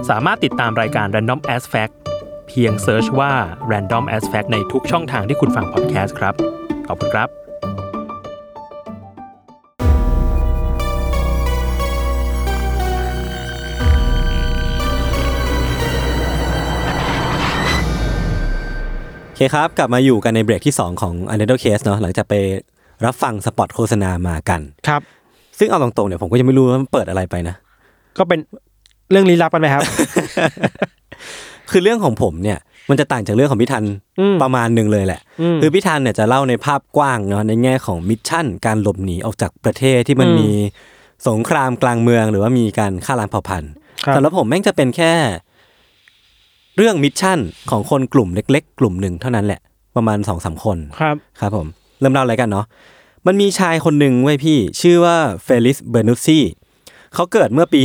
S4: สามารถติดตามรายการ Random As Fact เพียงเซิร์ชว่า Random As Fact ในทุกช่องทางที่คุณฟังพอดแคสต์ครับ ขอบคุณครับ
S2: โอเคครับ กลับมาอยู่กันในเบรกที่ 2 ของ u n d e r t a l Case เนาะหลังจากไปรับฟังสปอตโฆษณามากัน
S3: ครับ
S2: ซึ่งเอาตรงๆเนี่ยผมก็ยังไม่รู้ว่ามันเปิดอะไรไปนะ
S3: ก็เป็นเรื่องลี้ลับกันไหม ครับ
S2: คือเรื่องของผมเนี่ยมันจะต่างจากเรื่องของพี่ทัน
S3: อืม
S2: ประมาณหนึ่งเลยแหละ
S3: ม
S2: คือพี่ธันเนี่ยจะเล่าในภาพกว้างเนาะในแง่ของมิชชั่นการหลบหนีออกจากประเทศที่มัน
S3: อืม
S2: มีสงครามกลางเมืองหรือว่ามีการฆ่าล้างเผ่าพันธุ์
S3: ครับ
S2: สำหรับผมแม่งจะเป็นแค่ เรื่องมิชชั่นของคนกลุ่มเล็ก ๆ กลุ่มหนึ่งเท่านั้นแหละ ประมาณสองสามคน
S3: ครับ
S2: ครับผมเริ่มเล่าอะไรกันเนาะมันมีชายคนหนึ่งไว้ยพี่ ชื่อว่าเฟลิสเบอร์นุซีเขาเกิดเมื่อปี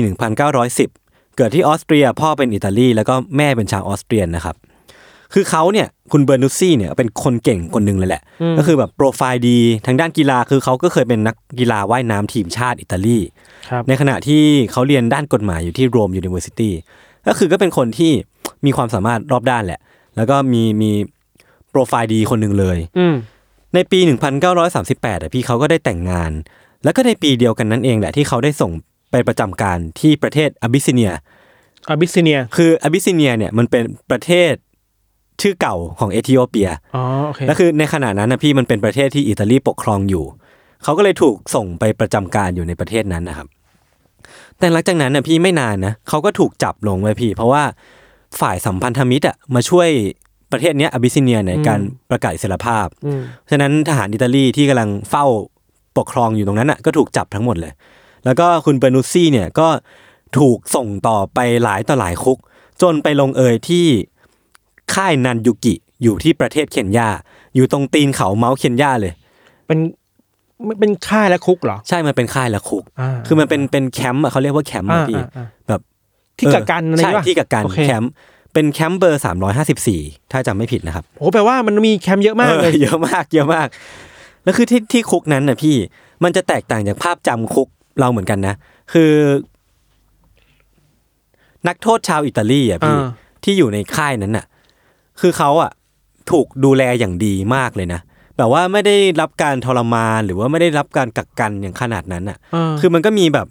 S2: 1910 เกิดที่ออสเตรียพ่อเป็นอิตาลีแล้วก็แม่เป็นชาวออสเตรียนนะครับ คือเขาเนี่ยคุณเบอร์นุซี่เนี่ยเป็นคนเก่งคนหนึ่งเลยแหละ
S3: อืม
S2: ก็คือแบบโปรไฟล์ดีทางด้านกีฬาคือเขาก็เคยเป็นนักกีฬาว่ายน้ำทีมชาติอิตาลี
S3: ครับ
S2: ในขณะที่เขาเรียนด้านกฎหมายอยู่ที่โรมยูนิเวอร์ซิตี้ก็คือก็เป็นคนที่มีความสามารถรอบด้านแหละ แล้วก็มีมีโปรไฟล์ดีคนหนึ่งเลย
S3: อืม
S2: ในปี 1938อ่ะพี่เขาก็ได้แต่งงาน แล้วก็ในปีเดียวกันนั่นเองแหละที่เขาได้ส่งไปประจำการที่ประเทศอบิสซิเนีย
S3: อาบิสซิเนีย
S2: คืออบิสซิเนียเนี่ยมันเป็นประเทศชื่อเก่าของเอธิโอเปีย
S3: อ๋อ โอเค
S2: แล้วคือในขณะนั้นนะพี่มันเป็นประเทศที่อิตาลีปกครองอยู่ เขาก็เลยถูกส่งไปประจำการอยู่ในประเทศนั้นนะครับ แต่หลังจากนั้นนะพี่ไม่นานนะเขาก็ถูกจับลงไว้พี่ เพราะว่าฝ่ายสัมพันธมิตรอะมาช่วยประเทศเนี้ยอบิสซิเนียใน
S3: อืม
S2: การประกาศอิสรภาพ
S3: อืม
S2: ฉะนั้นทหารอิตาลีที่กำลังเฝ้าปกครองอยู่ตรงนั้นน่ะก็ถูกจับทั้งหมดเลย แล้วก็คุณเบอร์นุสซี่เนี่ยก็ถูกส่งต่อไปหลายต่อหลายคุก จนไปลงเอยที่ค่ายนันยุกิ อยู่ที่ประเทศเคนยา อยู่ตรงตีนเขาเมาส์เคนยาเลย
S3: เป็นมันเป็นค่ายและคุกเหรอ
S2: ใช่มันเป็นค่ายละคุก
S3: า
S2: คือมันเป็นเป็นแคมป์อะเขาเรียกว่าแคมป์
S3: อ่า
S2: อะพี่
S3: อ่าอ่า
S2: แบบ
S3: ที่กักกันอะไร
S2: ใช่
S3: วะ
S2: ที่กักกัน
S3: โอเค
S2: แคมป์เป็นแคมป์เบอร์สามร้อยห้าสิบสี่ถ้าจำไม่ผิดนะครับ
S3: โอ้แปลว่ามันมีแคมป์เยอะมากเลย
S2: ออเยอะมากเยอะมาก แล้วคือที่ที่คุกนั้นน่ะพี่ มันจะแตกต่างจากภาพจำคุกเราเหมือนกันนะ คือ นักโทษชาวอิตาลีอ่ะพี่
S3: อ่า
S2: ที่อยู่ในค่ายนั้นน่ะ คือเขาอ่ะถูกดูแลอย่างดีมากเลยนะแบบว่าไม่ได้รับการทรมานหรือว่าไม่ได้รับการกักกันอย่างขนาดนั้นอ่ะ คือมันก็มีแบบ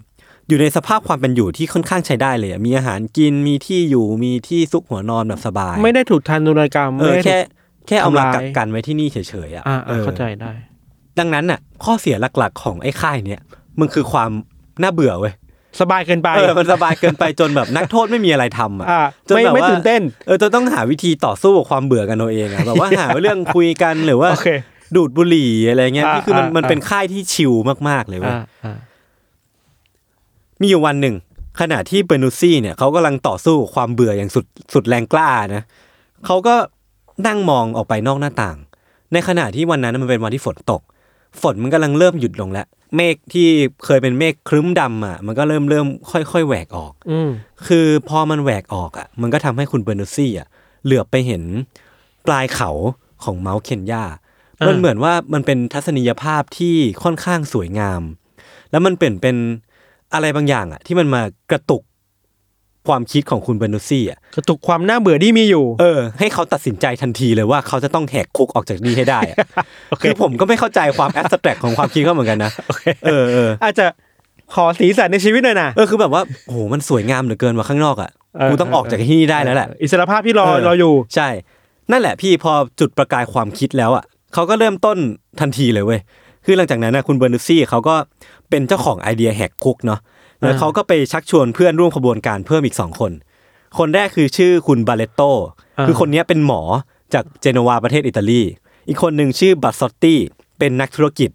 S2: อยู่ในสภาพความเป็นอยู่ที่ค่อนข้างใช้ได้เลยอะมีอาหารกินมีที่อยู่มีที่ซุกหัวนอนแบบสบาย
S3: ไม่ได้ถูกทารุณกรรม
S2: เอ
S3: ไม่
S2: อ
S3: ได้ถูก
S2: แค่แค่เอามา
S3: ทำร้าย
S2: กักกันไว้ที่นี่เฉยๆอ่ะ
S3: อ่า
S2: ออ
S3: เข้าใจได้
S2: ดังนั้นน่ะ ข้อเสียหลักๆของไอ้ค่ายเนี้ยมันคือความน่าเบื่อเว้ย
S3: สบายเกินไป
S2: เออมันสบายเกินไปจนแบบนักโทษไม่มีอะไรทำอ่ะ
S3: อ่า
S2: จน
S3: ไม่
S2: แบบ
S3: ไม่
S2: ว่า
S3: ตื่นเต้น
S2: เออจะต้องหาวิธีต่อสู้กับความเบื่อกันเอาเองอะแบบว่าหาเรื่องคุยกันหรือว่า
S3: โอเค
S2: ดูดบุหรี่อะไรเงี้ย
S3: อ่า
S2: นี่คือมัน
S3: อ่ามั
S2: มันเป็นค่ายที่ชิลมากๆเลยเว้ย
S3: อ่าอ่า
S2: มีอยู่วันหนึ่ง ขณะที่เบอร์นูซี่เนี่ยเขากำลังต่อสู้กับความเบื่ออย่างสุดสุดแรงกล้านะเขาก็นั่งมองออกไปนอกหน้าต่าง ในขณะที่วันนั้นมันเป็นวันที่ฝนตก ฝนมันกำลังเริ่มหยุดลงแล้ว เมฆที่เคยเป็นเมฆครึ้มดำอ่ะมันก็เริ่มเริ่มค่อยๆแหวกออก
S3: อืม
S2: คือพอมันแหวกออกอ่ะ มันก็ทำให้คุณเบอร์นูซี่อ่ะเหลือบไปเห็นปลายเขาของเมาส์เคนยา มันเหมือนว่ามันเป็นทัศนียภาพที่ค่อนข้างสวยงาม แล้วมันเป็นเป็นอะไรบางอย่างอ่ะ ที่มันมากระตุกความคิดของคุณเบอร์นูซี่อ่ะ
S3: กระตุกความน่าเบื่อที่มีอยู่
S2: เออ ให้เขาตัดสินใจทันทีเลยว่าเขาจะต้องแหกคุกออกจากนี่ให้ได้อะ
S3: โอเค
S2: คือผมก็ไม่เข้าใจความแอสแตรกของความคิดเขาเหมือนกันนะ เออเออ
S3: อาจจะขอสีสันในชีวิตหน่อยนะ
S2: เออคือแบบว่าโอ้โหมันสวยงามเหลือเกินว่าข้างนอกอ่ะ
S3: เออ
S2: กูต้องออกจากที่นี่ได้แล้วแหละ
S3: อิสรภาพที่รอ
S2: เออ
S3: รออยู่
S2: ใช่ นั่นแหละพี่พอจุดประกายความคิดแล้วอ่ะเขาก็เริ่มต้นทันทีเลยเว้ย คือหลังจากนั้นนะคุณเบอร์นูซี่เขาก็เป็นเจ้าของไอเดียแหกคุกเนาะ แล้ว
S3: อ่า
S2: เขาก็ไปชักชวนเพื่อนร่วมขบวนการเพิ่มอีกสองคน คนแรกคือชื่อคุณบาเลตโต คือคนเนี้ยเป็นหมอจากเจนัวประเทศอิตาลี อีกคนหนึ่งชื่อบัตซอตตี้เป็นนักธุรกิจ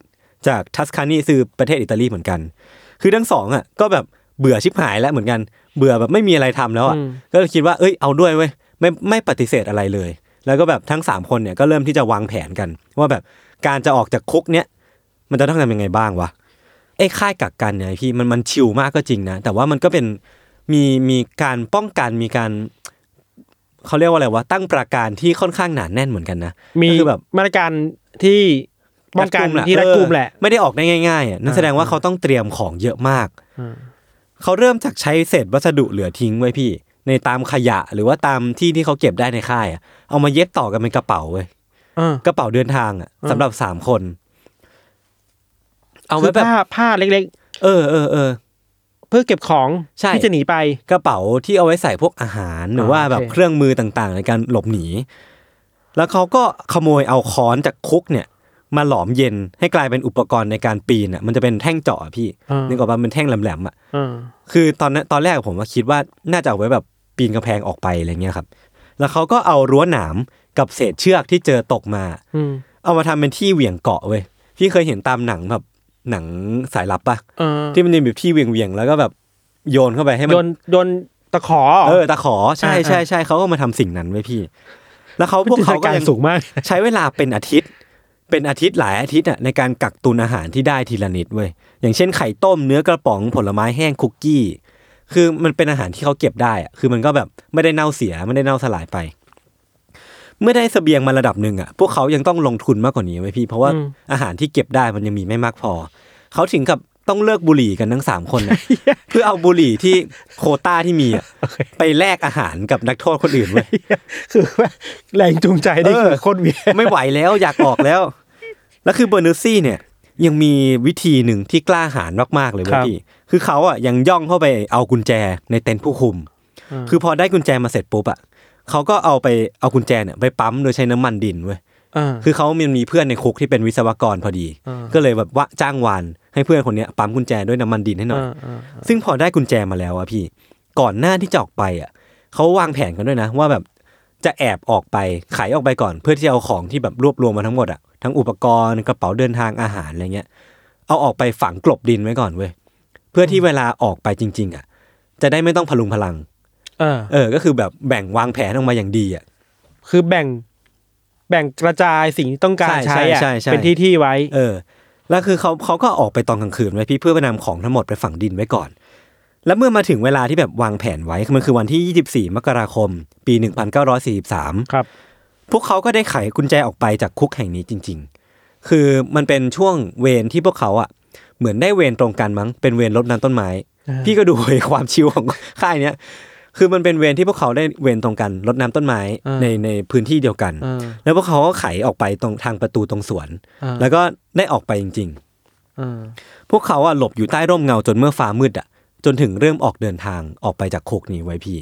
S2: จากทัสคานีคือประเทศอิตาลีเหมือนกัน คือทั้งสองอ่ะก็แบบเบื่อชิบหายแล้วเหมือนกัน เบื่อแบบไม่มีอะไรทำแล้วอ่ะ
S3: อืม
S2: ก็เลยคิดว่าเอ้ยเอาด้วยเว้ยไม่ไม่ปฏิเสธอะไรเลย แล้วก็แบบทั้งสามคนเนี่ยก็เริ่มที่จะวางแผนกัน ว่าแบบการจะออกจากคุกเนี้ยมันจะต้องทำยังไงบ้างวะไอ้ค่ายกักกันเนี่ยพี่มันมันชิลมากก็จริงนะ แต่ว่ามันก็เป็นมีมีการป้องกันมีการ เขาเรียกว่าอะไรวะตั้งประการที่ค่อนข้างหนาแน่นเหมือนกันนะ
S3: มี
S2: ก็คือแบบ
S3: มาตรการที่ป้องกัน
S2: ลัดม
S3: ที่รัดกุมแหละ
S2: เออไม่ได้ออกได้ง่ายๆอ่ะนั่นแสดงว่าเขาต้องเตรียมของเยอะมาก
S3: อืม
S2: เขาเริ่มจากใช้เศษวัสดุเหลือทิ้งไว้พี่ ในตามขยะหรือว่าตามที่ที่เขาเก็บได้ในค่ายอ่ะเอามาเย็บต่อกันเป็นกระเป๋าเว้ย
S3: เออก
S2: ระเป๋าเดินทางอ่ะสำหรับสามคน เอาไว้
S3: คื
S2: แบบ
S3: ผ้าผ้าเล็ก
S2: เออเออเออ
S3: ๆ เพื่อเก็บของ
S2: ใช่
S3: ที่จะหนีไป
S2: กระเป๋าที่เอาไว้ใส่พวกอาหารหรือว่า
S3: อ่าโอเค
S2: แบบเครื่องมือต่างๆ ในการหลบหนี แล้วเขาก็ขโมยเอาค้อนจากคุกเนี่ย มาหลอมเย็นให้กลายเป็นอุปกรณ์ในการปีนอ่ะมันจะเป็นแท่งเจาะอะพี่
S3: อ่า
S2: นึกออกปะมันเป็นแท่งแหลมๆอ่ะ
S3: อ่า
S2: คือตอนนั้นตอนแรกผมว่าคิดว่าน่าจะเอาไว้แบบปีนกำแพงออกไปอะไรเงี้ยครับ แล้วเขาก็เอารั้วหนามกับเศษเชือกที่เจอตกมา
S3: อืม
S2: เอามาทำเป็นที่เหวี่ยงเกาะเว้ยพี่เคยเห็นตามหนังแบบหนังสายลับปะ
S3: อ่า
S2: ที่มันจะมีแบบที่เหวี่ยงๆแล้วก็แบบโยนเข้าไปให้มั
S3: โด
S2: น
S3: นโดนตะขอ
S2: เออตะขอใช่
S3: อ่า
S2: ใช่ใช่เขาก็มาทำสิ่งนั้นไว้ยพี่ แล้วเขาพวก
S3: จินต
S2: เขา
S3: น
S2: ก็
S3: การ
S2: ยัง
S3: สูงมาก
S2: ใช้เวลาเป็นอาทิตย์ เป็นอาทิตย์หลายอาทิตย์อ่ะในการกักตุนอาหารที่ได้ทีละนิดเว้ยอย่างเช่นไข่ต้มเนื้อกระป๋องผลไม้แห้งคุกกี้ คือมันเป็นอาหารที่เขาเก็บได้อ่ะคือมันก็แบบไม่ได้เน่าเสียไม่ได้เน่าสลายไป เมื่อได้เสบียงมาระดับหนึ่งอ่ะพวกเขายังต้องลงทุนมากกว่านี้ไว้ยพี่ เพราะว่า
S3: อืม
S2: อาหารที่เก็บได้มันยังมีไม่มากพอ เขาถึงกับต้องเลิกบุหรี่กันทั้งสามคนน่ะ เพื่อเอาบุหรี่ที่โควต้าที่มีอะไปแลกอาหารกับนักโทษ คนอื่นเว้ย
S3: คือว่าแรงจูงใจนี่
S2: เออ
S3: คือโคตรเวียน
S2: ไม่ไหวแล้วอยากออกแล้ว แล้วคือเบอร์นูซี่เนี่ย ยังมีวิธีหนึ่งที่กล้าหาญมากๆเลยเว้ยพี่คือเขาอ่ะยังย่องเข้าไปเอากุญแจในเต็นท์ผู้คุม คือพอได้กุญแจมาเสร็จปุ๊บอ่ะเขาก็เอาไปเอากุญแจเนี่ยไปปั๊มโดยใช้น้ำมันดินเว้ย
S3: อ่า
S2: คือเขามันมีเพื่อนในคุกที่เป็นวิศวกรพอดี
S3: อ่า
S2: ก็เลยแบบว่าจ้างวานให้เพื่อนคนเนี้ยปั๊มกุญแจด้วยน้ำมันดินให้หน่อย
S3: อ่า
S2: ซึ่งพอได้กุญแจมาแล้วอะพี่ ก่อนหน้าที่จะออกไปอะเขาวางแผนกันด้วยนะ ว่าแบบจะแอบออกไปไขายออกไปก่อน เพื่อที่จะเอาของที่แบบรวบรวมมาทั้งหมดอะทั้งอุปกรณ์กระเป๋าเดินทางอาหารอะไรเงี้ย เอาออกไปฝังกลบดินไว้ก่อนเว้ยเพื่อที่เวลาออกไปจริง ๆอะจะได้ไม่ต้องพลุงพลัง
S3: เออ
S2: เออ ก็คือแบบแบ่งวางแผนออกมาอย่างดีอะ
S3: คือแบ่ง แบ่งกระจายสิ่งที่ต้องการ
S2: ใช่
S3: ใช้อะ
S2: ใช่ใช่ใช่
S3: เป็นที่ที่ไว้
S2: เออ แล้วคือเขาเขาก็ออกไปตอนกลางคืนไว้พี่เพื่อไปนำของทั้งหมดไปฝังดินไว้ก่อน แล้วเมื่อมาถึงเวลาที่แบบวางแผนไว้คือมันคือวันที่ 24 มกราคม ปี 1943
S3: ครับ
S2: พวกเขาก็ได้ไขกุญแจออกไปจากคุกแห่งนี้จริง ๆ คือมันเป็นช่วงเวรที่พวกเขาอ่ะ เหมือนได้เวรตรงกันมั้ง เป็นเวรรดน้ำต้นไม้ พี่ก็ดู ความชิวของ ค่ายเนี้ย คือมันเป็นเวรที่พวกเขาได้เวรตรงกันรดน้ำต้นไม้
S3: อ่า
S2: ในในพื้นที่เดียวกัน
S3: อ่า
S2: แล้วพวกเขาก็ไขออกไปตรงทางประตูตรงสวน
S3: อ่า
S2: แล้วก็ได้ออกไปจริง
S3: อ่า
S2: ๆ พวกเขาอะหลบอยู่ใต้ร่มเงาจนเมื่อฟ้ามืดอะจนถึงเริ่มออกเดินทางออกไปจากโคกนี้ไว้พี่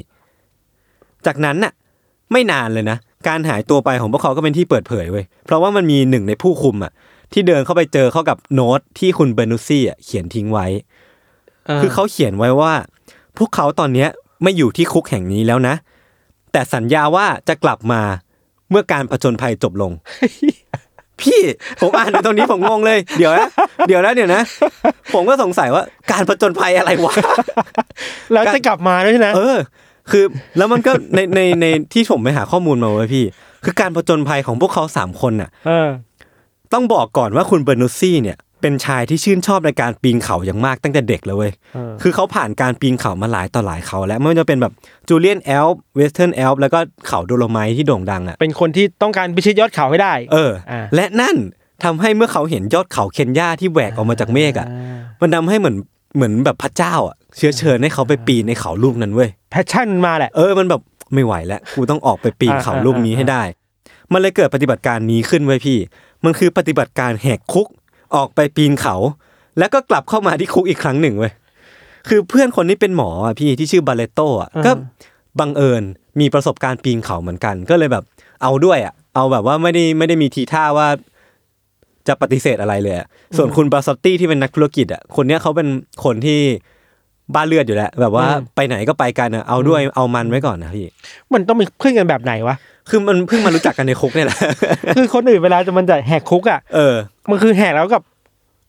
S2: จากนั้นน่ะ ไม่นานเลยนะ การหายตัวไปของพวกเขาก็เป็นที่เปิดเผยเว้ยเพราะว่ามันมีหนึ่งในผู้คุมอะที่เดินเข้าไปเจอเข้ากับโน้ตที่คุณเบอร์นุสซี่อะเขียนทิ้งไว้ คือเขาเขียนไว้ว่า พวกเขาตอนเนี้ยไม่อยู่ที่คุกแห่งนี้แล้วนะ แต่สัญญาว่าจะกลับมาเมื่อการผจญภัยจบลง พี่ผมอ่านถึงตรงนี้ผมงงเลย เดี๋ยวนะเดี๋ยวนะเดี๋ยวนะ ผมก็สงสัยว่าการผจญภัยอะไร วะ
S3: แล้วจะกลับมาด้วยนะ
S2: เออ คือแล้วมันก็ในในในที่ผมไปหาข้อมูลมาไว้ยพี่ คือการผจญภัยของพวกเขาสามคนน่ะ
S3: เออ
S2: ต้องบอกก่อนว่าคุณเบอร์นุสซี่เนี่ย เป็นชายที่ชื่นชอบในการปีนเขาอย่างมากตั้งแต่เด็กเลยเว้ย
S3: เออ
S2: คือเขาผ่านการปีนเขามาหลายต่อหลายเขาแล้วไม่ว่าจะเป็นแบบจูเลียนแอลป์เวสเทิร์นแอลป์แล้วก็เขาโดโลไมท์ที่โด่งดังอ่ะ
S3: เป็นคนที่ต้องการพิชิตยอดเขาให้ได้
S2: เออ
S3: อ่า
S2: และนั่นทำให้เมื่อเขาเห็นยอดเขาเคนยาที่แหวกออกมาจากเมฆอ่ะ มันทำให้เหมือนเหมือนแบบพระเจ้าอ่ะเชื้อเชิญให้เขาไปปีนในเขาลูกนั้นเว้ย
S3: แพชชั่นมาแหละ
S2: เออ มันแบบไม่ไหวแล้ว กูต้องออกไปปีนเขาลูกนี้ให้ได้ มันเลยเกิดปฏิบัติการนี้ขึ้นไว้ยพี่ มันคือปฏิบัติการแหกคุก ออกไปปีนเขา แล้วก็กลับเข้ามาที่คุกอีกครั้งหนึ่งเว้ย คือเพื่อนคนนี้เป็นหมออ่ะพี่ที่ชื่อบาเลโตอ่ะ
S3: อ่า
S2: ก็บังเอิญมีประสบการณ์ปีนเขาเหมือนกัน ก็เลยแบบ เอาด้วยอ่ะ เอาแบบว่าไม่ได้ไม่ได้มีทีท่าว่า จะปฏิเสธอะไรเลยอะส่วนคุณบาสตตี้ที่เป็นนักธุรกิจอ่ะ คนเนี้ยเขาเป็นคนที่บ้าเลือดอยู่แล้วแบบว่า
S3: อืม
S2: ไปไหนก็ไปกันอะเอาด้วยเอามันไว้ก่อนนะพี่
S3: มันต้องมีเพื่อนกันแบบไหนวะ
S2: คือมันเพิ่งมารู้จักกันในคุกเนี่ยแหละ
S3: คือคนอื่นเวลาจะมันจะแหกคุกอ่ะ
S2: เออ
S3: มันคือแหกแล้วกับ